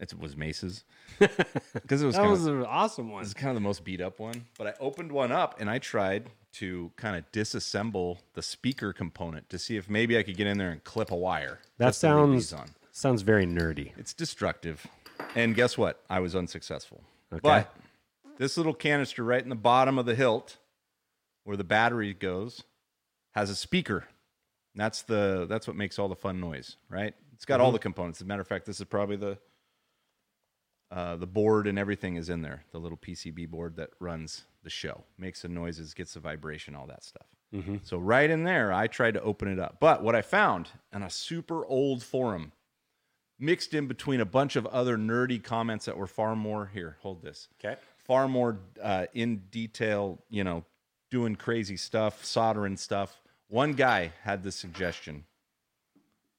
[SPEAKER 2] It was (laughs) Mace's because it was
[SPEAKER 1] That
[SPEAKER 2] kinda-
[SPEAKER 1] was an awesome one.
[SPEAKER 2] this is kind of the most beat up one, but I opened one up and I tried to kind of disassemble the speaker component to see if maybe I could get in there and clip a wire.
[SPEAKER 1] That
[SPEAKER 2] just to leave these
[SPEAKER 1] sounds sounds very nerdy.
[SPEAKER 2] It's destructive. And guess what? I was unsuccessful.
[SPEAKER 1] Okay.
[SPEAKER 2] But this little canister right in the bottom of the hilt where the battery goes has a speaker. And That's the that's what makes all the fun noise, right? It's got all the components. As a matter of fact, this is probably the uh, the board and everything is in there. The little PCB board that runs the show makes the noises, gets the vibration, all that stuff. So right in there, I tried to open it up, but what I found on a super old forum, mixed in between a bunch of other nerdy comments that were far more here. Hold this
[SPEAKER 1] Okay.
[SPEAKER 2] far more uh, in detail, you know, doing crazy stuff, soldering stuff. One guy had this suggestion,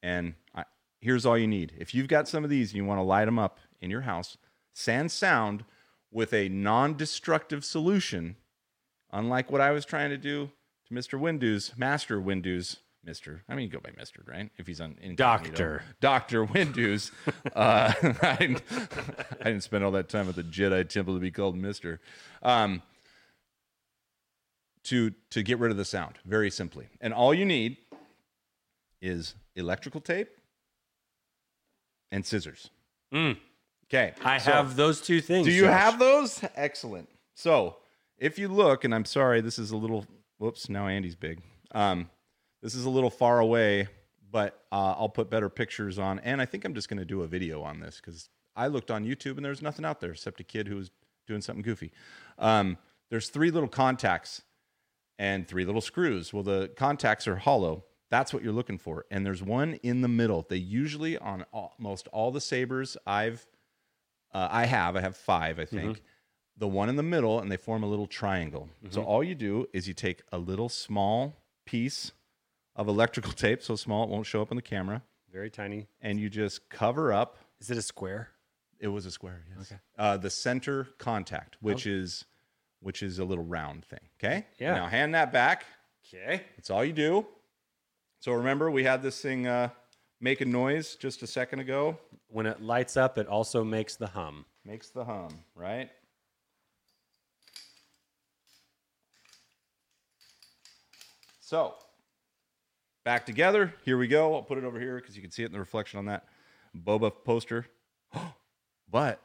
[SPEAKER 2] and I, here's all you need. If you've got some of these and you want to light them up in your house, Sand Sound with a non destructive solution, unlike what I was trying to do to Mr. Windows, Master Windows, Mr. I mean, you go by Mr., right? If he's on incognito.
[SPEAKER 1] Doctor.
[SPEAKER 2] Dr. Windows. uh, (laughs) I, didn't, I didn't spend all that time at the Jedi Temple to be called Mr. Um, to, to get rid of the sound, very simply. And all you need is electrical tape and scissors.
[SPEAKER 1] Mm.
[SPEAKER 2] Okay.
[SPEAKER 1] I
[SPEAKER 2] so-
[SPEAKER 1] have those two things.
[SPEAKER 2] Do you
[SPEAKER 1] Josh.
[SPEAKER 2] have those? Excellent. So if you look, and I'm sorry, this is a little. Whoops! Now Andy's big. Um, this is a little far away, but uh, I'll put better pictures on. And I think I'm just going to do a video on this because I looked on YouTube and there's nothing out there except a kid who was doing something goofy. Um, there's three little contacts and three little screws. Well, the contacts are hollow. That's what you're looking for. And there's one in the middle. They usually on almost all the sabers I've uh, I have I have five I think.
[SPEAKER 1] Mm-hmm.
[SPEAKER 2] The one in the middle and they form a little triangle. So
[SPEAKER 1] Mm-hmm.
[SPEAKER 2] all you do is you take a little small piece of electrical tape, so small it won't show up on the camera,
[SPEAKER 1] Very tiny.
[SPEAKER 2] and you just cover up
[SPEAKER 1] Is it a square?
[SPEAKER 2] it was a square, yes. Uh, the center contact, which is which is a little round thing. Okay.
[SPEAKER 1] Yeah.
[SPEAKER 2] Now hand that back.
[SPEAKER 1] Okay.
[SPEAKER 2] That's all you do. So remember, we had this thing uh, make a noise just a second ago.
[SPEAKER 1] When it lights up, it also makes the hum.
[SPEAKER 2] Makes the hum, right? So back together. Here we go. I'll put it over here because you can see it in the reflection on that Boba poster. (gasps) but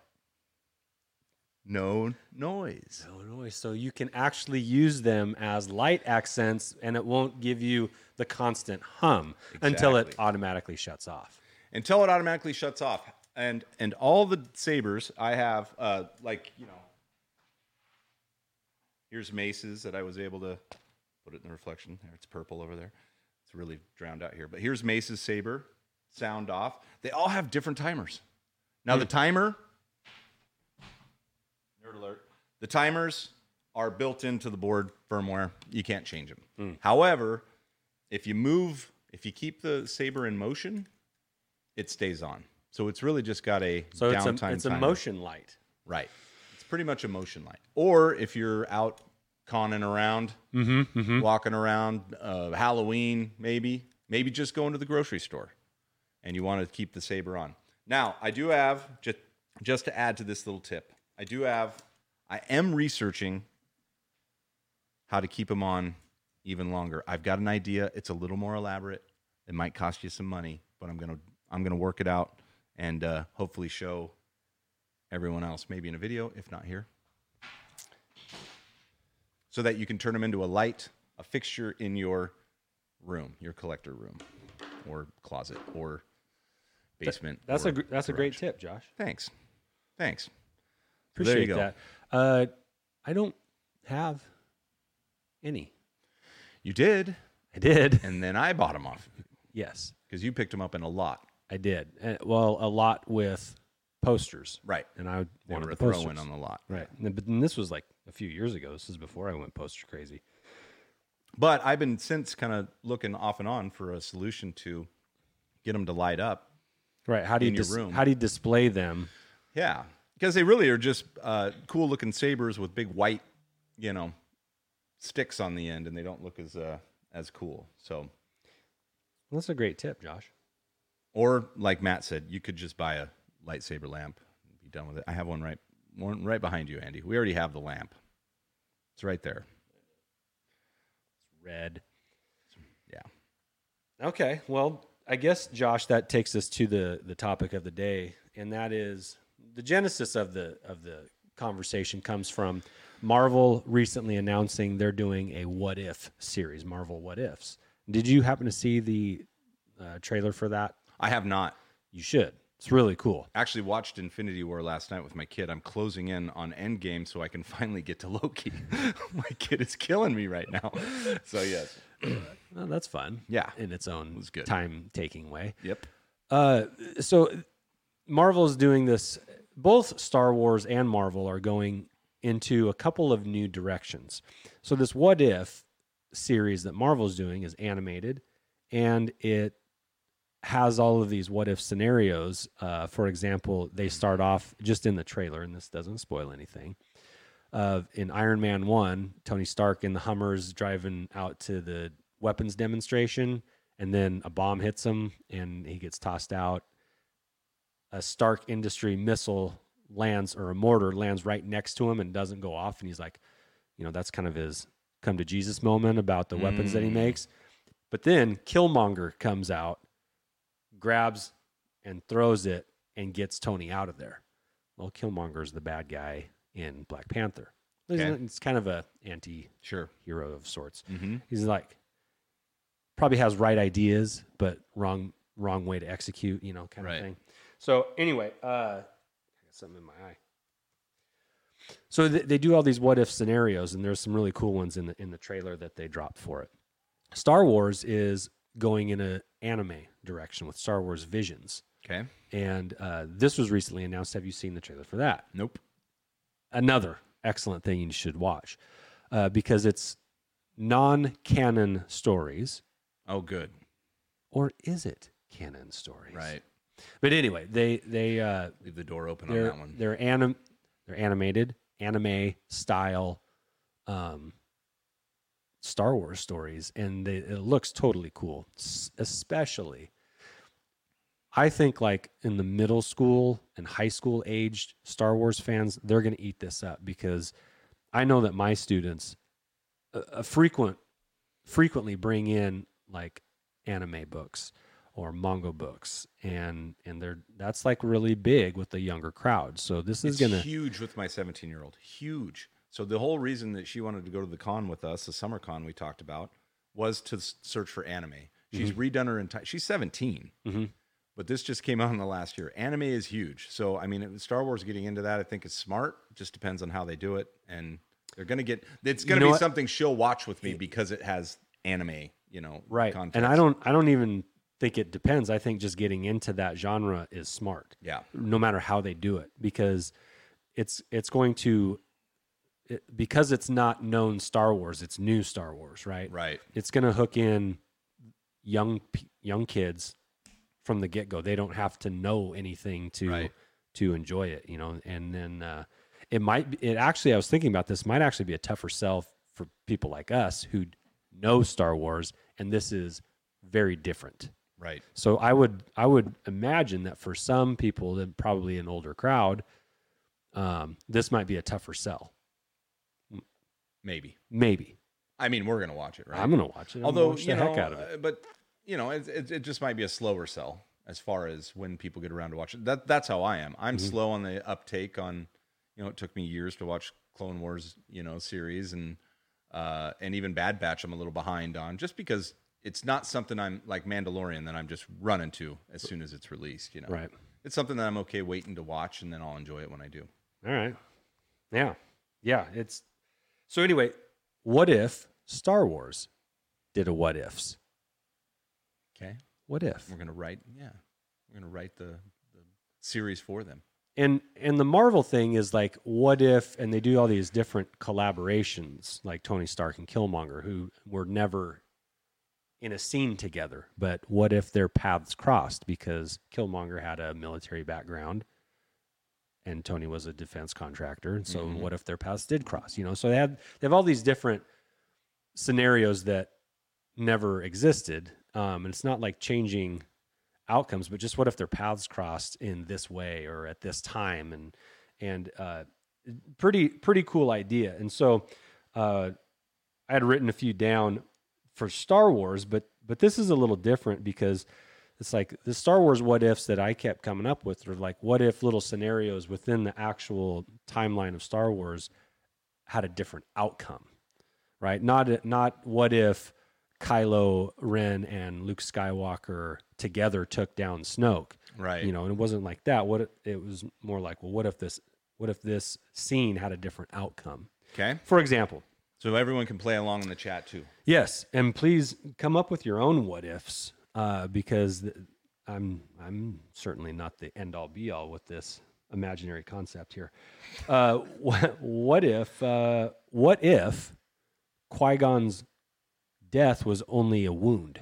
[SPEAKER 2] no noise.
[SPEAKER 1] Oh, no. So you can actually use them as light accents and it won't give you the constant hum until it
[SPEAKER 2] Exactly.
[SPEAKER 1] automatically shuts off.
[SPEAKER 2] until it automatically shuts off. And and all the sabers I have, uh, like you know, here's maces that I was able to put it in the reflection. There, it's purple over there. It's really drowned out here. But here's maces saber, sound off. They all have different timers. Now
[SPEAKER 1] Hmm.
[SPEAKER 2] the timer, nerd alert. The timers are built into the board firmware. You can't change them.
[SPEAKER 1] Hmm.
[SPEAKER 2] However, if you move, if you keep the saber in motion, it stays on. So it's really just got a
[SPEAKER 1] So it's a,
[SPEAKER 2] downtime.
[SPEAKER 1] it's a
[SPEAKER 2] timer.
[SPEAKER 1] motion light.
[SPEAKER 2] Right. It's pretty much a motion light. Or if you're out conning around, Mm-hmm,
[SPEAKER 1] Hmm.
[SPEAKER 2] walking around, uh, Halloween, maybe, maybe just going to the grocery store and you want to keep the saber on. Now, I do have, just, just to add to this little tip, I do have, I am researching how to keep them on even longer. I've got an idea. It's a little more elaborate. It might cost you some money, but I'm going to, I'm going to work it out and uh, hopefully show everyone else, maybe in a video, if not here. So that you can turn them into a light, a fixture in your room, your collector room, or closet, or basement.
[SPEAKER 1] That's
[SPEAKER 2] or
[SPEAKER 1] a gr- that's a great
[SPEAKER 2] garage.
[SPEAKER 1] tip, Josh.
[SPEAKER 2] Thanks. Thanks. So
[SPEAKER 1] Appreciate
[SPEAKER 2] there you go.
[SPEAKER 1] that. Uh, I don't have any.
[SPEAKER 2] You did.
[SPEAKER 1] I did. (laughs)
[SPEAKER 2] And then I bought them off
[SPEAKER 1] Yes,
[SPEAKER 2] because you picked them up in a lot.
[SPEAKER 1] I did. Uh, well, a lot with posters,
[SPEAKER 2] Right.
[SPEAKER 1] and I
[SPEAKER 2] They
[SPEAKER 1] wanted
[SPEAKER 2] were
[SPEAKER 1] the
[SPEAKER 2] a throw
[SPEAKER 1] posters.
[SPEAKER 2] in on the lot.
[SPEAKER 1] Right, And then- but then this was like a few years ago. This is before I went poster crazy.
[SPEAKER 2] But I've been since kind of looking off and on for a solution to get them to light up
[SPEAKER 1] Right? How do you
[SPEAKER 2] In your
[SPEAKER 1] dis-
[SPEAKER 2] room.
[SPEAKER 1] how do you display them?
[SPEAKER 2] Yeah, because they really are just uh, cool looking sabers with big white, you know, sticks on the end, and they don't look as uh, as cool. So,
[SPEAKER 1] Well, that's a great tip, Josh.
[SPEAKER 2] or like Matt said, you could just buy a lightsaber lamp and be done with it. I have one right one right behind you, Andy. We already have the lamp. It's right there.
[SPEAKER 1] Red.
[SPEAKER 2] Yeah.
[SPEAKER 1] Okay. Well, I guess Josh, that takes us to the the topic of the day, and that is the genesis of the of the conversation comes from Marvel recently announcing they're doing a What If series, Marvel What Ifs. Did you happen to see the uh, trailer for that?
[SPEAKER 2] I have not
[SPEAKER 1] You should. It's really cool.
[SPEAKER 2] actually watched Infinity War last night with my kid. I'm closing in on Endgame so I can (laughs) finally get to Loki. (laughs) my kid is killing me right now. So yes,
[SPEAKER 1] Well, that's fun.
[SPEAKER 2] Yeah.
[SPEAKER 1] in its own
[SPEAKER 2] was good.
[SPEAKER 1] time taking way.
[SPEAKER 2] yep.
[SPEAKER 1] Uh, so Marvel's doing this. Both Star Wars and Marvel are going into a couple of new directions. So this What If series that Marvel's doing is animated, and it has all of these what if scenarios. Uh, for example, they start off just in the trailer, and this doesn't spoil anything. Of in Iron Man One, Tony Stark in the Hummers driving out to the weapons demonstration, and then a bomb hits him, and he gets tossed out. A Stark Industry missile lands, or a mortar lands right next to him and doesn't go off, and he's like, you know, that's kind of his come to Jesus moment about the weapons that he makes. But then Killmonger comes out, grabs and throws it, and gets Tony out of there. Well, Killmonger is the bad guy in Black Panther.
[SPEAKER 2] Okay.
[SPEAKER 1] It's kind of a anti-hero
[SPEAKER 2] Sure.
[SPEAKER 1] of sorts.
[SPEAKER 2] Mm-hmm.
[SPEAKER 1] He's like probably has right ideas, but wrong wrong way to execute, you know, kind
[SPEAKER 2] Right.
[SPEAKER 1] of thing. So anyway, uh, I got something in my eye. So th- they do all these what if scenarios, and there's some really cool ones in the in the trailer that they dropped for it. Star Wars is going in a anime direction with Star Wars Visions,
[SPEAKER 2] Okay.
[SPEAKER 1] and uh, this was recently announced. Have you seen the trailer for that?
[SPEAKER 2] Nope.
[SPEAKER 1] another excellent thing you should watch uh, because it's non-canon stories
[SPEAKER 2] Oh, good.
[SPEAKER 1] or is it canon stories
[SPEAKER 2] Right.
[SPEAKER 1] but anyway they they uh
[SPEAKER 2] Leave the door open on
[SPEAKER 1] they're
[SPEAKER 2] that one.
[SPEAKER 1] they're anim they're animated anime style um star wars stories and they, it looks totally cool S- especially i think like in the middle school and high school aged star wars fans they're going to eat this up because i know that my students uh, uh, frequent frequently bring in like anime books or manga books and and they're that's like really big with the younger crowd so this is
[SPEAKER 2] It's
[SPEAKER 1] gonna
[SPEAKER 2] huge with my 17 year old. Huge. So the whole reason that she wanted to go to the con with us, the summer con we talked about, was to s- search for anime. She's
[SPEAKER 1] Mm-hmm.
[SPEAKER 2] redone her entire. She's 17,
[SPEAKER 1] Mhm.
[SPEAKER 2] but this just came out in the last year. Anime is huge. So I mean, it- Star Wars getting into that, I think is smart. Just depends on how they do it, and they're gonna get. It's gonna
[SPEAKER 1] know
[SPEAKER 2] be
[SPEAKER 1] what?
[SPEAKER 2] something she'll watch with me because it has anime. You know,
[SPEAKER 1] right
[SPEAKER 2] Context.
[SPEAKER 1] and i don't i don't even think it depends i think just getting into that genre is smart
[SPEAKER 2] Yeah.
[SPEAKER 1] no matter how they do it because it's it's going to it, because it's not known star wars it's new star wars right
[SPEAKER 2] Right.
[SPEAKER 1] it's going to hook in young p- young kids from the get go. They don't have to know anything to
[SPEAKER 2] Right.
[SPEAKER 1] to enjoy it, you know. And then uh, it might be, it actually I was thinking about this might actually be a tougher sell for people like us who know Star Wars and this is very different.
[SPEAKER 2] Right.
[SPEAKER 1] So I would I would imagine that for some people, then probably an older crowd, um, this might be a tougher sell.
[SPEAKER 2] Maybe.
[SPEAKER 1] Maybe
[SPEAKER 2] I mean, we're gonna watch it, right?
[SPEAKER 1] I'm gonna watch it. I'm
[SPEAKER 2] Although
[SPEAKER 1] gonna watch
[SPEAKER 2] you
[SPEAKER 1] the
[SPEAKER 2] know,
[SPEAKER 1] heck out of it.
[SPEAKER 2] uh, but you know, it, it, it just might be a slower sell as far as when people get around to watch it. That that's how I am. I'm
[SPEAKER 1] Mm-hmm.
[SPEAKER 2] slow on the uptake on. You know, it took me years to watch Clone Wars, you know, series and uh, and even Bad Batch. I'm a little behind on just because it's not something I'm like Mandalorian that I'm just running to as soon as it's released. You know,
[SPEAKER 1] Right.
[SPEAKER 2] It's something that I'm okay waiting to watch, and then I'll enjoy it when I do.
[SPEAKER 1] All right. Yeah. Yeah. It's so anyway, what if Star Wars did a what ifs?
[SPEAKER 2] Okay,
[SPEAKER 1] What if?
[SPEAKER 2] we're gonna write. Yeah, we're gonna write the, the series for them.
[SPEAKER 1] And and the Marvel thing is like, what if and they do all these different collaborations, like Tony Stark and Killmonger, who were never in a scene together, but what if their paths crossed because Killmonger had a military background and Tony was a defense contractor. And so
[SPEAKER 2] Mhm.
[SPEAKER 1] what if their paths did cross? You know, so they had they have all these different scenarios that never existed. Um, and it's not like changing outcomes, but just what if their paths crossed in this way or at this time and and uh, pretty pretty cool idea. And so uh, I had written a few down for Star Wars, but but this is a little different because it's like the Star Wars what ifs that I kept coming up with are like what if little scenarios within the actual timeline of Star Wars had a different outcome, right? Not not what if Kylo Ren and Luke Skywalker together took down Snoke,
[SPEAKER 2] Right.
[SPEAKER 1] you know, and it wasn't like that. What it, it was more like, well, what if this what if this scene had a different outcome?
[SPEAKER 2] Okay.
[SPEAKER 1] For example,
[SPEAKER 2] So everyone can play along in the chat too.
[SPEAKER 1] Yes, and please come up with your own what ifs, uh, because th- I'm I'm certainly not the end all be all with this imaginary concept here. Uh, (laughs) what, what if uh, what if Qui Gon's death was only a wound?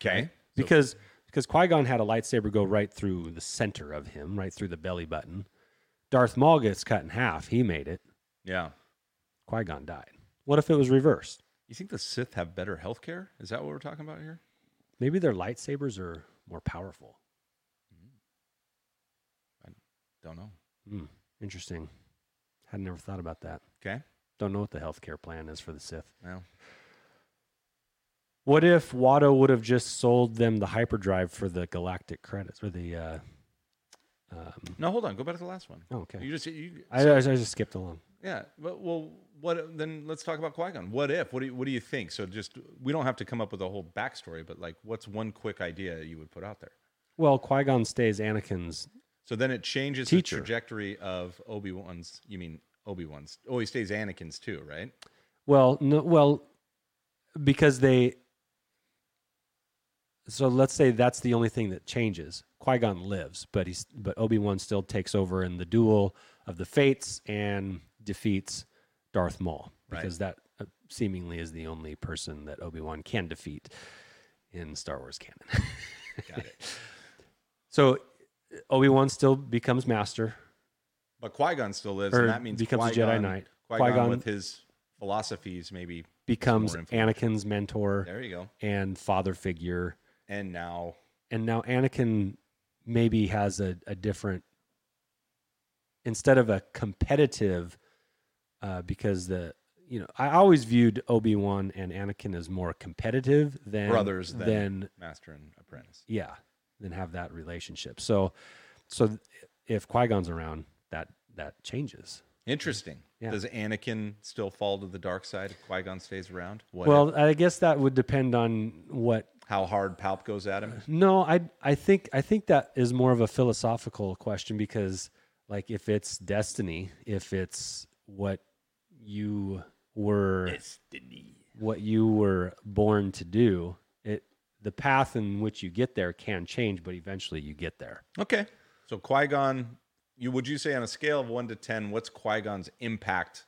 [SPEAKER 2] Okay.
[SPEAKER 1] Because because Qui Gon had a lightsaber go right through the center of him, right through the belly button. Darth Maul gets cut in half. He made it.
[SPEAKER 2] Yeah.
[SPEAKER 1] Qui Gon died. What if it was reversed?
[SPEAKER 2] You think the Sith have better health care? Is that what we're talking about here?
[SPEAKER 1] Maybe their lightsabers are more powerful.
[SPEAKER 2] Don't know.
[SPEAKER 1] Hmm. Interesting. Had never thought about that.
[SPEAKER 2] Okay.
[SPEAKER 1] Don't know what the healthcare plan is for the Sith.
[SPEAKER 2] Well,
[SPEAKER 1] What if Watto would have just sold them the hyperdrive for the galactic credits or the? Uh, um,
[SPEAKER 2] no, hold on. Go back to the last one.
[SPEAKER 1] oh, okay.
[SPEAKER 2] You just you,
[SPEAKER 1] I, I, I just skipped along.
[SPEAKER 2] yeah. But well, what then? Let's talk about Qui Gon. What if? What do you, what do you think? So just we don't have to come up with a whole backstory, but like, what's one quick idea you would put out there?
[SPEAKER 1] Well, Qui Gon stays Anakin's.
[SPEAKER 2] So then it changes
[SPEAKER 1] Teacher.
[SPEAKER 2] the trajectory of Obi Wan's. You mean Obi Wan's? Oh, he stays Anakin's too, right?
[SPEAKER 1] Well, no, well, because they. So let's say that's the only thing that changes. Qui Gon lives, but he's but Obi Wan still takes over in the duel of the Fates and defeats Darth Maul
[SPEAKER 2] Right.
[SPEAKER 1] because that uh, seemingly is the only person that Obi Wan can defeat in Star Wars canon. (laughs)
[SPEAKER 2] Got (laughs) it.
[SPEAKER 1] So Obi Wan still becomes master.
[SPEAKER 2] But Qui Gon still lives,
[SPEAKER 1] Or
[SPEAKER 2] and that means
[SPEAKER 1] becomes a Jedi
[SPEAKER 2] Qui-Gon-
[SPEAKER 1] Knight.
[SPEAKER 2] Qui-Gon,
[SPEAKER 1] Qui-Gon-
[SPEAKER 2] with his philosophies, maybe.
[SPEAKER 1] becomes
[SPEAKER 2] more information.
[SPEAKER 1] Anakin's mentor
[SPEAKER 2] There you go.
[SPEAKER 1] and father figure.
[SPEAKER 2] And now,
[SPEAKER 1] And now Anakin maybe has a, a different, instead of a competitive, uh, because the, you know, I always viewed Obi Wan and Anakin as more competitive than
[SPEAKER 2] Brothers than-
[SPEAKER 1] than
[SPEAKER 2] master and apprentice.
[SPEAKER 1] yeah, than have that relationship. So, so if Qui Gon's around, that that changes.
[SPEAKER 2] Interesting.
[SPEAKER 1] Yeah.
[SPEAKER 2] Does Anakin still fall to the dark side if Qui Gon stays around? What
[SPEAKER 1] Well, I guess that would depend on what
[SPEAKER 2] if- how hard Palp goes at him?
[SPEAKER 1] No, I I think I think that is more of a philosophical question because like if it's destiny, if it's what you were what you were born to do, it the path in which you get there can change, but eventually you get there.
[SPEAKER 2] Okay. So Qui Gon, you would you say on a scale of one to ten, what's Qui Gon's impact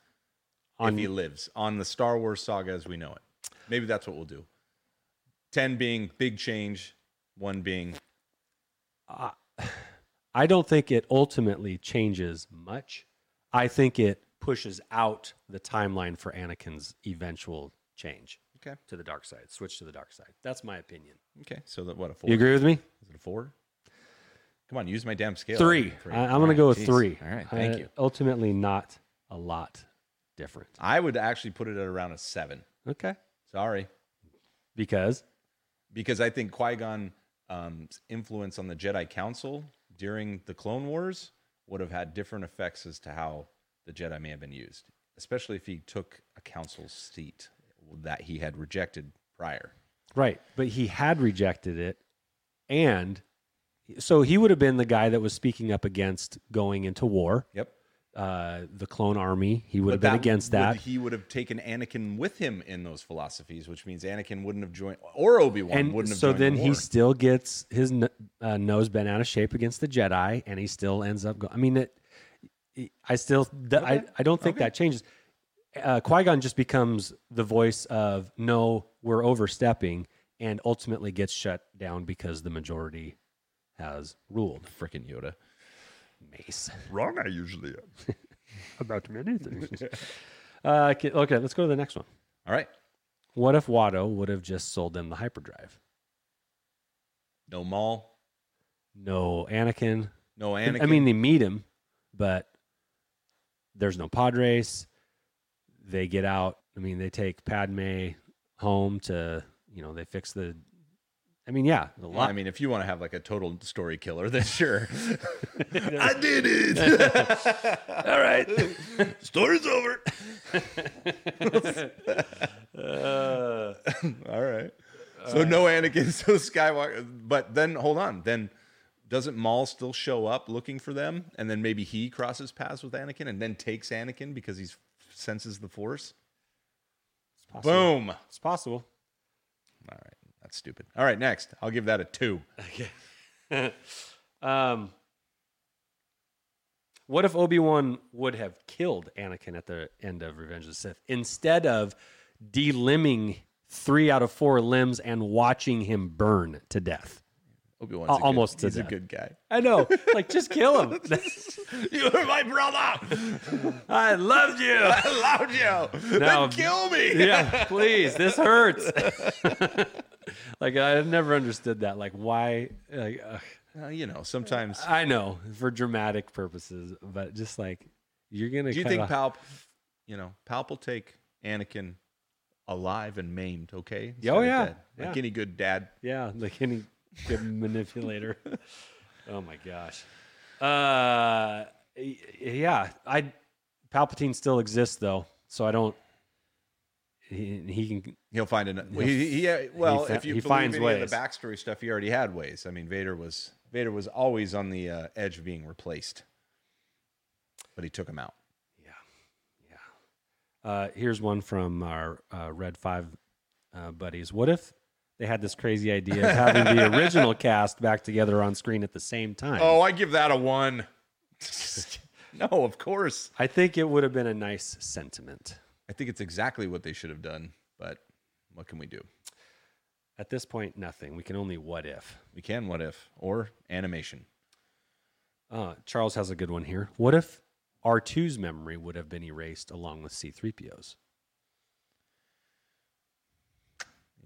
[SPEAKER 1] On-
[SPEAKER 2] if he lives on the Star Wars saga as we know it? Maybe that's what we'll do. Ten being big change, one being
[SPEAKER 1] I don't think it ultimately changes much. I think it pushes out the timeline for Anakin's eventual change
[SPEAKER 2] okay.
[SPEAKER 1] to the dark side, switch to the dark side. That's my opinion.
[SPEAKER 2] Okay. So that what a four?
[SPEAKER 1] You agree with me?
[SPEAKER 2] Is it a four? Come on, use my damn scale.
[SPEAKER 1] Three. I, am
[SPEAKER 2] All
[SPEAKER 1] going
[SPEAKER 2] right,
[SPEAKER 1] to go with
[SPEAKER 2] jeez.
[SPEAKER 1] three.
[SPEAKER 2] All right, thank
[SPEAKER 1] Uh,
[SPEAKER 2] you.
[SPEAKER 1] Ultimately, not a lot different.
[SPEAKER 2] I would actually put it at around a seven.
[SPEAKER 1] Okay.
[SPEAKER 2] Sorry.
[SPEAKER 1] Because
[SPEAKER 2] because I think Qui Gon's influence on the Jedi Council during the Clone Wars would have had different effects as to how the Jedi may have been used, especially if he took a council seat that he had rejected prior.
[SPEAKER 1] right, but he had rejected it, and so he would have been the guy that was speaking up against going into war,
[SPEAKER 2] Yep.
[SPEAKER 1] uh, the clone army. He would
[SPEAKER 2] But
[SPEAKER 1] have been against
[SPEAKER 2] would-
[SPEAKER 1] that.
[SPEAKER 2] he would have taken Anakin with him in those philosophies, which means Anakin wouldn't have joined, or Obi Wan
[SPEAKER 1] and
[SPEAKER 2] wouldn't have.
[SPEAKER 1] so
[SPEAKER 2] joined the
[SPEAKER 1] then he
[SPEAKER 2] war.
[SPEAKER 1] still gets his n- uh, nose bent out of shape against the Jedi, and he still ends up going. I mean, it, I still, th- I,
[SPEAKER 2] Okay.
[SPEAKER 1] I don't think
[SPEAKER 2] Okay.
[SPEAKER 1] that changes. Uh, Qui Gon just becomes the voice of no, we're overstepping, and ultimately gets shut down because the majority has ruled.
[SPEAKER 2] freaking Yoda.
[SPEAKER 1] Mace
[SPEAKER 2] Wrong, I usually am.
[SPEAKER 1] about many things. uh, okay, okay, let's go to the next one.
[SPEAKER 2] All right,
[SPEAKER 1] What if Watto would have just sold them the hyperdrive?
[SPEAKER 2] no Maul,
[SPEAKER 1] No, Anakin.
[SPEAKER 2] no
[SPEAKER 1] And-
[SPEAKER 2] Anakin.
[SPEAKER 1] I mean, they meet him, but there's no pod race. They get out. I mean, they take Padme home to, you know, they fix the. I mean, yeah, a
[SPEAKER 2] Well,
[SPEAKER 1] lot.
[SPEAKER 2] I mean, if you want to have like a total story killer,
[SPEAKER 1] (laughs)
[SPEAKER 2] then sure. I did it. All right. Story's over.
[SPEAKER 1] Uh.
[SPEAKER 2] (laughs) All right. So no Anakin, (laughs) so Skywalker. But then hold on. Then doesn't Maul still show up looking for them? And then maybe he crosses paths with Anakin and then takes Anakin because he senses the force.
[SPEAKER 1] it's possible.
[SPEAKER 2] Boom. All
[SPEAKER 1] It's possible.
[SPEAKER 2] right. That's stupid. All right, next. I'll give that a two.
[SPEAKER 1] (laughs) Um, what if Obi Wan would have killed Anakin at the end of Revenge of the Sith instead of delimbing three out of four limbs and watching him burn to death?
[SPEAKER 2] Obi Wan's
[SPEAKER 1] Al- almost to
[SPEAKER 2] He's a
[SPEAKER 1] death.
[SPEAKER 2] good guy. (laughs)
[SPEAKER 1] I know. Like, just kill (laughs) him.
[SPEAKER 2] You are my brother. (laughs)
[SPEAKER 1] I loved you.
[SPEAKER 2] I loved you.
[SPEAKER 1] Now-
[SPEAKER 2] then kill me. (laughs)
[SPEAKER 1] yeah, please. This hurts. (laughs) like I never understood that. Like why? Like ugh.
[SPEAKER 2] Uh, you know, sometimes.
[SPEAKER 1] I know for dramatic purposes, but just like you're gonna.
[SPEAKER 2] Do you
[SPEAKER 1] cut (laughs)
[SPEAKER 2] think
[SPEAKER 1] off-
[SPEAKER 2] Palp, you know, Palp will take Anakin alive and maimed? Okay.
[SPEAKER 1] Yeah, oh,
[SPEAKER 2] Instead of
[SPEAKER 1] yeah,
[SPEAKER 2] dead. Like
[SPEAKER 1] yeah.
[SPEAKER 2] any good dad.
[SPEAKER 1] yeah, like any good (laughs) manipulator. oh my gosh. Uh, y- yeah. I Palpatine still exists though, so I don't. He, he can.
[SPEAKER 2] He'll find an. Well, he, he, well
[SPEAKER 1] fi-
[SPEAKER 2] if you
[SPEAKER 1] he
[SPEAKER 2] believe
[SPEAKER 1] finds
[SPEAKER 2] any of
[SPEAKER 1] ways.
[SPEAKER 2] the backstory stuff, he already had ways. I mean, Vader was Vader was always on the uh, edge of being replaced, but he took him out.
[SPEAKER 1] Uh, here's one from our uh, Red Five uh, buddies. What if they had this crazy idea of having
[SPEAKER 2] (laughs)
[SPEAKER 1] the original cast back together on screen at the same time?
[SPEAKER 2] Oh, I give that a one. (laughs) no, of course.
[SPEAKER 1] I think it would have been a nice sentiment.
[SPEAKER 2] I think it's exactly what they should have done, but what can we do?
[SPEAKER 1] At this point, nothing. We can only what if.
[SPEAKER 2] We can what if or animation.
[SPEAKER 1] Uh, Charles has a good one here. What if R2's memory would have been erased along with C3PO's?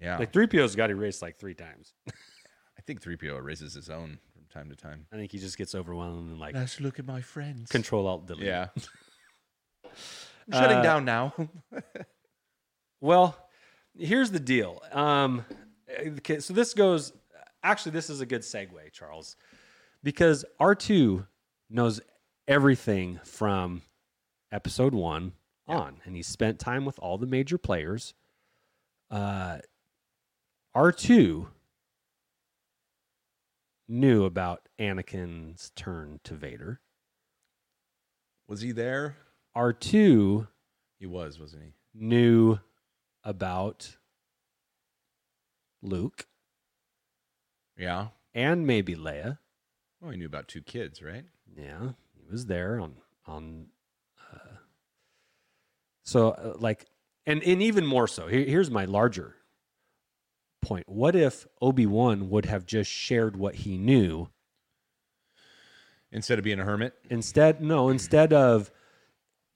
[SPEAKER 2] Yeah,
[SPEAKER 1] Like 3PO's got erased like three times.
[SPEAKER 2] I think three PO raises his own from time to time.
[SPEAKER 1] I think he just gets overwhelmed and like
[SPEAKER 2] Let's look at my friends.
[SPEAKER 1] control alt delete.
[SPEAKER 2] Yeah. (laughs) I'm shutting
[SPEAKER 1] Uh,
[SPEAKER 2] down now.
[SPEAKER 1] Well, here's the deal. Um, okay, so this goes. Actually, this is a good segue, Charles, because R two knows everything from episode one on, and he's spent time with all the major players. Uh, R two knew about Anakin's turn to Vader.
[SPEAKER 2] (laughs) was he there?
[SPEAKER 1] R two
[SPEAKER 2] He was, wasn't he?
[SPEAKER 1] knew about Luke.
[SPEAKER 2] Yeah.
[SPEAKER 1] and maybe Leia.
[SPEAKER 2] Well, he knew about two kids, right?
[SPEAKER 1] Yeah, he was there on on. Uh, so uh, like, and and even more so. Here, here's my larger point. What if Obi Wan would have just shared what he knew
[SPEAKER 2] Instead of being a hermit.
[SPEAKER 1] instead? No, instead of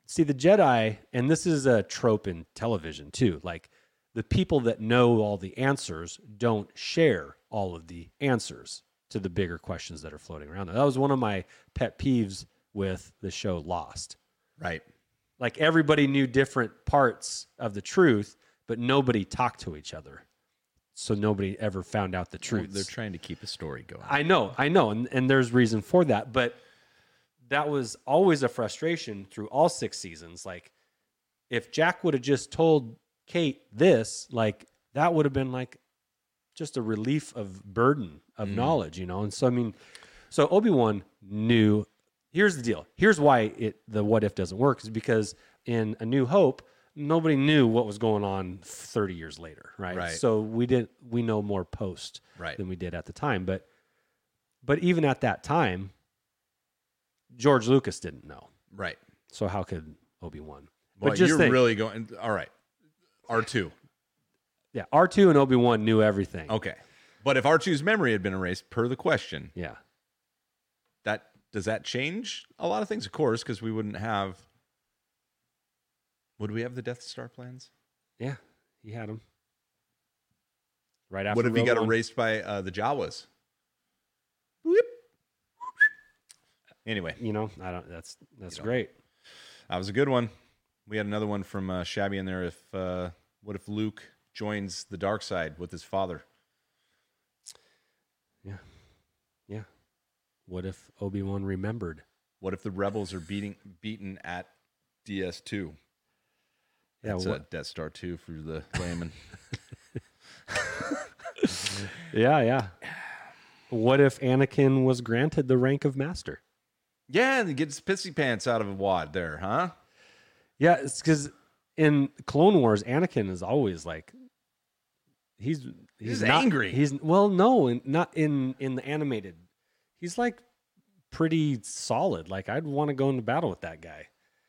[SPEAKER 1] see the Jedi, and this is a trope in television too. Like the people that know all the answers don't share all of the answers to the bigger questions that are floating around. That was one of my pet peeves with the show Lost.
[SPEAKER 2] Right.
[SPEAKER 1] Like everybody knew different parts of the truth, but nobody talked to each other. So nobody ever found out the
[SPEAKER 2] Well,
[SPEAKER 1] truth.
[SPEAKER 2] They're trying to keep a story going.
[SPEAKER 1] I know, I know, and, and there's reason for that, but that was always a frustration through all six seasons. Like, if Jack would have just told Kate this, like that would have been like just a relief of burden
[SPEAKER 2] Mm-hmm.
[SPEAKER 1] of knowledge, you know. And so I mean, so Obi Wan knew. Here's the deal. Here's why it the what if doesn't work is because in A New Hope. Nobody knew what was going on 30 years later, right?
[SPEAKER 2] Right.
[SPEAKER 1] So we didn't we know more post
[SPEAKER 2] Right.
[SPEAKER 1] than we did at the time, but but even at that time, George Lucas didn't know.
[SPEAKER 2] right.
[SPEAKER 1] So how could Obi Wan?
[SPEAKER 2] Well,
[SPEAKER 1] But just
[SPEAKER 2] you're
[SPEAKER 1] think,
[SPEAKER 2] really going. All right. R2.
[SPEAKER 1] yeah, R two and Obi Wan knew everything.
[SPEAKER 2] Okay. But if R2's memory had been erased per the question,
[SPEAKER 1] Yeah,
[SPEAKER 2] that does that change a lot of things? Of course, because we wouldn't have. Would we have the Death Star plans?
[SPEAKER 1] yeah, he had him right after.
[SPEAKER 2] what if he
[SPEAKER 1] Rogue
[SPEAKER 2] got
[SPEAKER 1] One.
[SPEAKER 2] erased by uh, the Jawas? Anyway,
[SPEAKER 1] You know, I don't. That's that's
[SPEAKER 2] You don't-
[SPEAKER 1] great.
[SPEAKER 2] that was a good one. We had another one from uh, Shabby in there. If uh, what if Luke joins the dark side with his father?
[SPEAKER 1] What if Obi Wan remembered?
[SPEAKER 2] What if the rebels are beating beaten at DS two?
[SPEAKER 1] Yeah,
[SPEAKER 2] That's
[SPEAKER 1] what,
[SPEAKER 2] a Death Star two for the layman. (laughs)
[SPEAKER 1] yeah, yeah. What if Anakin was granted the rank of master?
[SPEAKER 2] yeah, and he gets pissy pants out of a wad there, huh?
[SPEAKER 1] Yeah, it's because in Clone Wars, Anakin is always like he's he's,
[SPEAKER 2] He's
[SPEAKER 1] not-
[SPEAKER 2] angry.
[SPEAKER 1] He's well, no, in, not in in the animated. He's like pretty solid. Like I'd want to go into battle with that guy.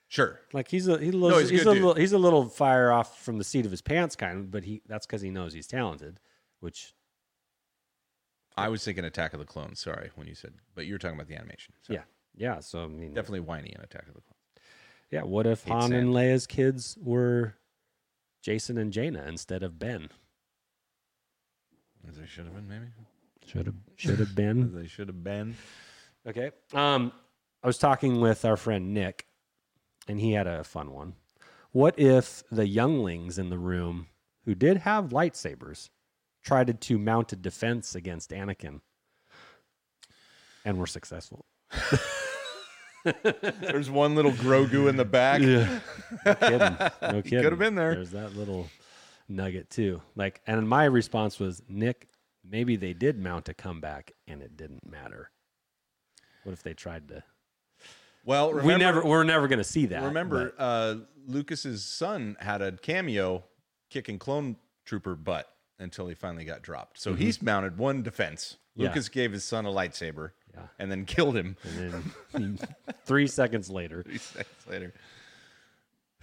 [SPEAKER 2] Sure.
[SPEAKER 1] Like he's a he
[SPEAKER 2] No,
[SPEAKER 1] looks,
[SPEAKER 2] he's a
[SPEAKER 1] he's,
[SPEAKER 2] good
[SPEAKER 1] a
[SPEAKER 2] dude.
[SPEAKER 1] little he's a little fire off from the seat of his pants kind of, but he that's because he knows he's talented, which
[SPEAKER 2] I was thinking Attack of the Clones. Sorry, when you said, but you were talking about the animation. So.
[SPEAKER 1] Yeah. Yeah. So I mean,
[SPEAKER 2] definitely whiny in Attack of the Clones.
[SPEAKER 1] yeah. What if
[SPEAKER 2] Hate
[SPEAKER 1] Han
[SPEAKER 2] sand.
[SPEAKER 1] and Leia's kids were Jason and Jaina instead of Ben?
[SPEAKER 2] As they should have been, maybe.
[SPEAKER 1] Should have should have
[SPEAKER 2] (laughs)
[SPEAKER 1] been.
[SPEAKER 2] As they should have been.
[SPEAKER 1] Okay. Um, I was talking with our friend Nick, and he had a fun one. What if the younglings in the room who did have lightsabers tried to mount a defense against Anakin and were
[SPEAKER 2] (laughs)
[SPEAKER 1] successful?
[SPEAKER 2] There's one little Grogu in the back.
[SPEAKER 1] Yeah. No kidding. No
[SPEAKER 2] He
[SPEAKER 1] kidding.
[SPEAKER 2] could've been there.
[SPEAKER 1] There's that little nugget too. Like, and my response was, Nick, maybe they did mount a comeback and it didn't matter. What if they tried to?
[SPEAKER 2] Well, remember,
[SPEAKER 1] we never, we're never going to see that.
[SPEAKER 2] remember uh, Lucas's son had a cameo kicking clone trooper butt until he finally got dropped. So he's mounted one defense.
[SPEAKER 1] Mm-hmm. Yeah.
[SPEAKER 2] Lucas gave his son a lightsaber
[SPEAKER 1] Yeah.
[SPEAKER 2] and then (laughs) killed him
[SPEAKER 1] but- and then three seconds later.
[SPEAKER 2] three seconds later.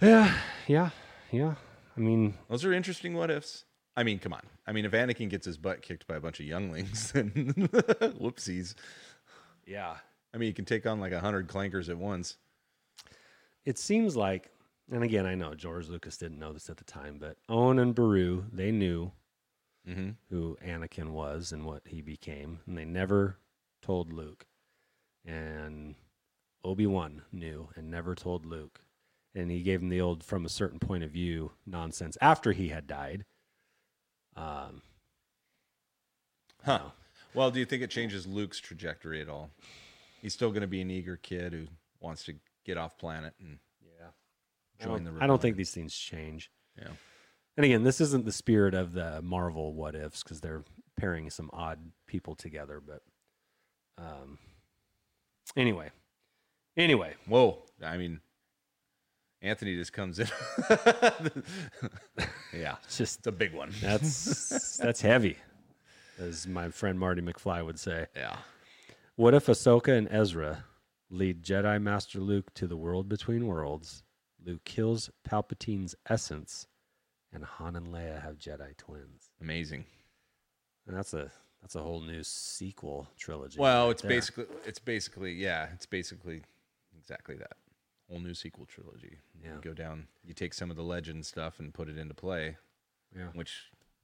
[SPEAKER 1] Yeah, yeah, yeah. I mean,
[SPEAKER 2] Those are interesting what ifs. I mean, come on. I mean, if Anakin gets his butt kicked by a bunch of younglings, (laughs) then whoopsies.
[SPEAKER 1] yeah.
[SPEAKER 2] I mean, you can take on like a hundred clankers at once.
[SPEAKER 1] It seems like, and again, I know George Lucas didn't know this at the time, but Owen and Baru, they knew
[SPEAKER 2] Mm-hmm.
[SPEAKER 1] who Anakin was and what he became, and they never told Luke. And Obi Wan knew and never told Luke. And he gave him the old from a certain point of view nonsense after he had died. Um,
[SPEAKER 2] Huh. Well, do you think it changes Luke's trajectory at all? He's still going to be an eager kid who wants to get off planet and
[SPEAKER 1] yeah. I
[SPEAKER 2] join the.
[SPEAKER 1] don't, I don't think
[SPEAKER 2] rebellion.
[SPEAKER 1] these things change.
[SPEAKER 2] Yeah.
[SPEAKER 1] And again, this isn't the spirit of the Marvel what ifs because they're pairing some odd people together. But um, anyway,
[SPEAKER 2] (laughs)
[SPEAKER 1] anyway,
[SPEAKER 2] Whoa! I mean, Anthony just comes in. (laughs) yeah,
[SPEAKER 1] it's just
[SPEAKER 2] it's a big one.
[SPEAKER 1] That's that's heavy, as my friend Marty McFly would say.
[SPEAKER 2] Yeah.
[SPEAKER 1] What if Ahsoka and Ezra lead Jedi Master Luke to the world between worlds? Luke kills Palpatine's essence, and Han and Leia have Jedi twins.
[SPEAKER 2] Amazing.
[SPEAKER 1] And that's a that's a whole new sequel trilogy.
[SPEAKER 2] Well,
[SPEAKER 1] right
[SPEAKER 2] it's
[SPEAKER 1] there.
[SPEAKER 2] basically it's basically yeah, it's basically exactly that. Whole new sequel trilogy.
[SPEAKER 1] Yeah.
[SPEAKER 2] You go down, you take some of the legend stuff and put it into play,
[SPEAKER 1] Yeah.
[SPEAKER 2] which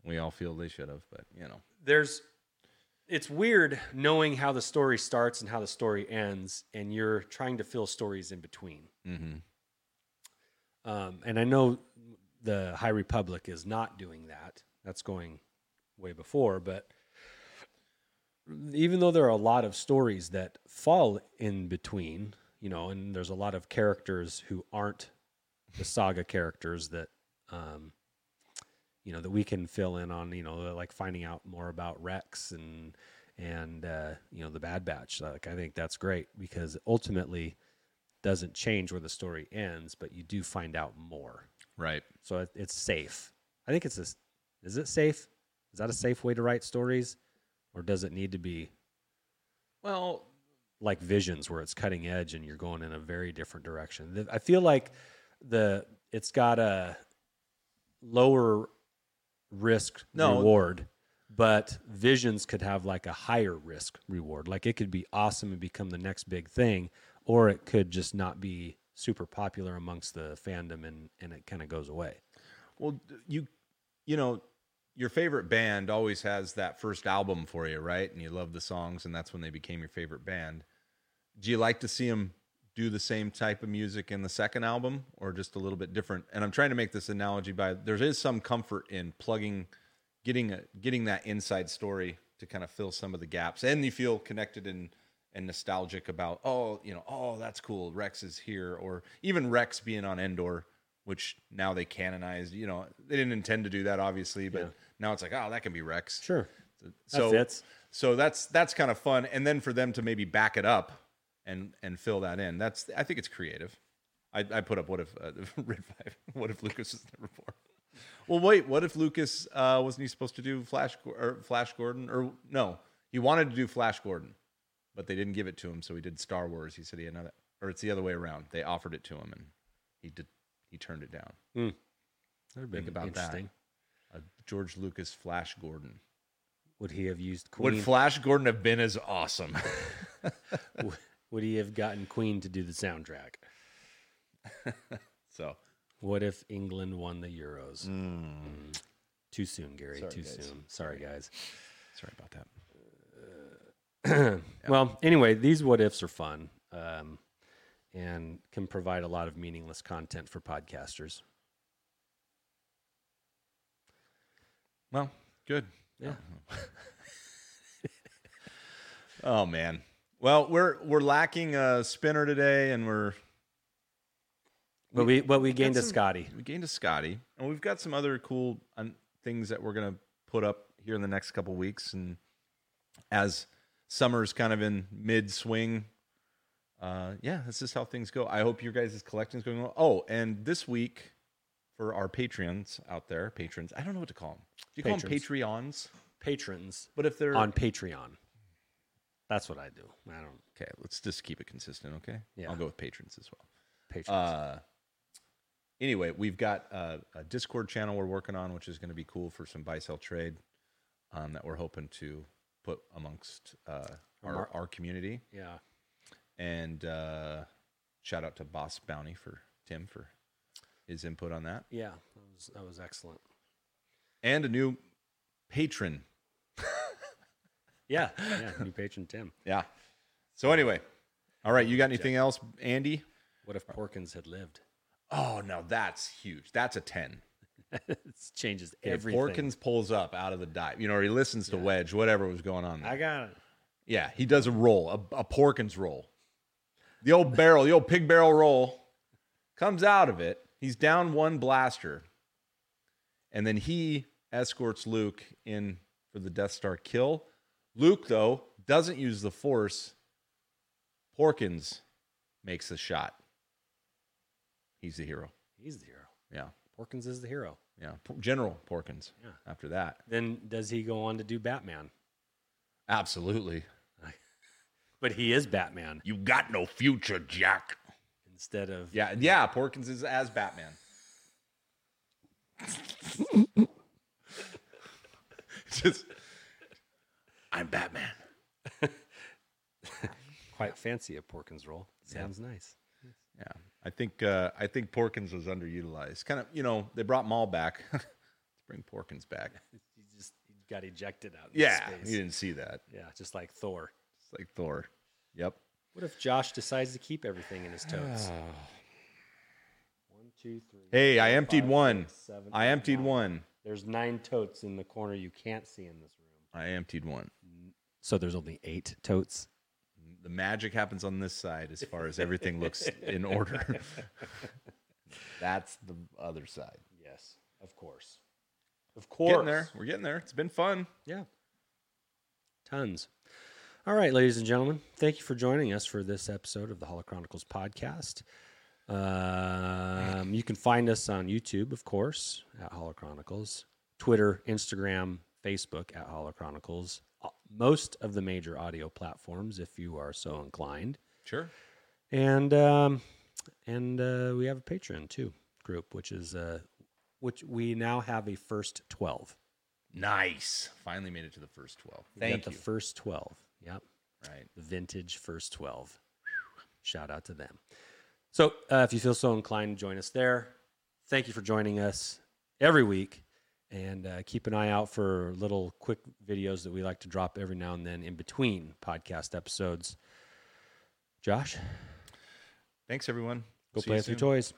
[SPEAKER 2] we all feel they should have, but you know.
[SPEAKER 1] there's it's weird knowing how the story starts and how the story ends, and you're trying to fill stories in between.
[SPEAKER 2] Mhm.
[SPEAKER 1] Um, and I know the High Republic is not doing that. That's going way before, but even though there are a lot of stories that fall in between, you know, and there's a lot of characters who aren't the saga characters that, um, you know, that we can fill in on, you know, like finding out more about Rex and, and, uh, you know, the Bad Batch. Like, I think that's great because ultimately, doesn't change where the story ends, but you do find out more.
[SPEAKER 2] Right.
[SPEAKER 1] So it, it's safe. I think it's a, s- is it safe? Is that a safe way to write stories, or does it need to be
[SPEAKER 2] Well,
[SPEAKER 1] like visions where it's cutting edge and you're going in a very different direction? Th- I feel like the it's got a lower risk
[SPEAKER 2] No.
[SPEAKER 1] reward, but visions could have like a higher risk reward. Like it could be awesome and become the next big thing, or it could just not be super popular amongst the fandom and and it kind of goes away.
[SPEAKER 2] well d- you you know, your favorite band always has that first album for you, right? And you love the songs and that's when they became your favorite band. Do you like to see them do the same type of music in the second album or just a little bit different? And I'm trying to make this analogy by there is some comfort in plugging getting a, getting that inside story to kind of fill some of the gaps and you feel connected and and nostalgic about oh you know oh that's cool rex is here or even rex being on endor which now they canonized you know they didn't intend to do that obviously but
[SPEAKER 1] Yeah.
[SPEAKER 2] now it's like oh that can be rex
[SPEAKER 1] Sure,
[SPEAKER 2] so
[SPEAKER 1] fits.
[SPEAKER 2] so that's that's kind of fun and then for them to maybe back it up and and fill that in that's i think it's creative i, I put up what if uh, (laughs) red five what if lucas was never born well wait what if lucas uh, wasn't he supposed to do flash Gor- or flash gordon or no he wanted to do flash gordon but they didn't give it to him so he did star wars he said he had another or it's the other way around they offered it to him and he did he turned it down
[SPEAKER 1] That'd
[SPEAKER 2] Think about that. a george lucas flash gordon
[SPEAKER 1] Would he have used Queen?
[SPEAKER 2] Would Flash Gordon have been as awesome?
[SPEAKER 1] w- would he have gotten Queen to do the soundtrack?
[SPEAKER 2] so
[SPEAKER 1] What if England won the Euros? Mm. Too soon, Gary.
[SPEAKER 2] Sorry,
[SPEAKER 1] Too
[SPEAKER 2] guys.
[SPEAKER 1] soon. Sorry, guys. (clears throat)
[SPEAKER 2] sorry about that.
[SPEAKER 1] Well, anyway, these what ifs are fun um, and can provide a lot of meaningless content for podcasters.
[SPEAKER 2] Well, good.
[SPEAKER 1] Yeah.
[SPEAKER 2] (laughs) Oh man. Well, we're we're lacking a spinner today, and we're
[SPEAKER 1] But we but we gained a
[SPEAKER 2] some-
[SPEAKER 1] Scotty.
[SPEAKER 2] we gained a Scotty, and we've got some other cool un- things that we're gonna put up here in the next couple weeks, and as summer's kind of in mid swing. Uh, yeah, this is how things go. I hope your guys' collection's going well. Oh, and this week for our Patreons out there, patrons, I don't know what to call them. Do you call them
[SPEAKER 1] Patrons.
[SPEAKER 2] Patreons?
[SPEAKER 1] Patrons
[SPEAKER 2] But if they're
[SPEAKER 1] on Patreon. That's what I do. I don't
[SPEAKER 2] Okay, let's just keep it consistent, okay?
[SPEAKER 1] Yeah.
[SPEAKER 2] I'll go with patrons as well.
[SPEAKER 1] patrons.
[SPEAKER 2] Uh, anyway, we've got uh, a Discord channel we're working on, which is going to be cool for some buy sell trade um, that we're hoping to put amongst uh, our,
[SPEAKER 1] Amar-
[SPEAKER 2] our community.
[SPEAKER 1] yeah.
[SPEAKER 2] And uh, shout out to Boss Bounty for Tim for his input on that.
[SPEAKER 1] Yeah. That was that was excellent.
[SPEAKER 2] And a new (laughs) patron.
[SPEAKER 1] Yeah. Yeah. New patron Tim.
[SPEAKER 2] (laughs) Yeah. So, anyway, all right, you got anything else, Andy?
[SPEAKER 1] What
[SPEAKER 2] (laughs)
[SPEAKER 1] if Porkins had lived? (laughs)
[SPEAKER 2] Oh, no, that's huge. That's a 10.
[SPEAKER 1] it changes
[SPEAKER 2] If
[SPEAKER 1] everything.
[SPEAKER 2] Porkins pulls up out of the dive, you know, or he listens to Wedge, whatever was going on. there.
[SPEAKER 1] I got it.
[SPEAKER 2] yeah, he does a roll, a, a Porkins roll. The old barrel, the old pig barrel roll comes out of it. He's down one blaster. And then he escorts Luke in for the Death Star kill. Luke, though, doesn't use the force. Porkins makes the shot. He's the hero.
[SPEAKER 1] He's the hero.
[SPEAKER 2] Yeah.
[SPEAKER 1] Porkins is the hero.
[SPEAKER 2] Yeah. General Porkins
[SPEAKER 1] Yeah.
[SPEAKER 2] after that.
[SPEAKER 1] Then does he go on to do Batman? (laughs)
[SPEAKER 2] Absolutely.
[SPEAKER 1] But he is Batman
[SPEAKER 2] You got no future, Jack.
[SPEAKER 1] instead of
[SPEAKER 2] Yeah, yeah, Porkins is as Batman. (laughs) Just I'm Batman.
[SPEAKER 1] quite fancy a Porkins role. Sounds nice.
[SPEAKER 2] Yeah. I think uh I think Porkins was underutilized. Kind of, you know, they brought Maul back. (laughs) Let's bring Porkins back.
[SPEAKER 1] He just he got ejected out. Into
[SPEAKER 2] Yeah.
[SPEAKER 1] space.
[SPEAKER 2] You didn't see that.
[SPEAKER 1] Yeah, just like Thor.
[SPEAKER 2] It's like Thor. Yep.
[SPEAKER 1] What if Josh decides to keep everything in his (sighs) totes? One, two, three.
[SPEAKER 2] Hey, I
[SPEAKER 1] four,
[SPEAKER 2] emptied
[SPEAKER 1] five,
[SPEAKER 2] one.
[SPEAKER 1] six, seven,
[SPEAKER 2] I
[SPEAKER 1] eight,
[SPEAKER 2] emptied
[SPEAKER 1] nine.
[SPEAKER 2] one.
[SPEAKER 1] There's nine totes in the corner you can't see in this room.
[SPEAKER 2] I emptied one.
[SPEAKER 1] So there's only eight totes.
[SPEAKER 2] The magic happens on this side as far as everything looks in order. (laughs) That's the other side.
[SPEAKER 1] Yes, of course. Of
[SPEAKER 2] We're
[SPEAKER 1] course.
[SPEAKER 2] Getting there. We're getting there. It's been fun.
[SPEAKER 1] Yeah. Tons. All right, ladies and gentlemen, thank you for joining us for this episode of the Holo Chronicles podcast. Um, you can find us on YouTube, of course, at Holo Chronicles, Twitter, Instagram, Facebook at Holo Chronicles, uh, most of the major audio platforms, if you are so inclined.
[SPEAKER 2] Sure.
[SPEAKER 1] And um, and uh, we have a Patreon too group, which is uh, which we now have a first twelve.
[SPEAKER 2] Nice. Finally made it to the first 12.
[SPEAKER 1] We got
[SPEAKER 2] Thank
[SPEAKER 1] the
[SPEAKER 2] you.
[SPEAKER 1] first twelve. Yep.
[SPEAKER 2] right.
[SPEAKER 1] the vintage first 12 shout out to them so uh, if you feel so inclined join us there thank you for joining us every week and uh, keep an eye out for little quick videos that we like to drop every now and then in between podcast episodes josh
[SPEAKER 2] Thanks, everyone.
[SPEAKER 1] go
[SPEAKER 2] See
[SPEAKER 1] play
[SPEAKER 2] you
[SPEAKER 1] with your
[SPEAKER 2] soon.
[SPEAKER 1] toys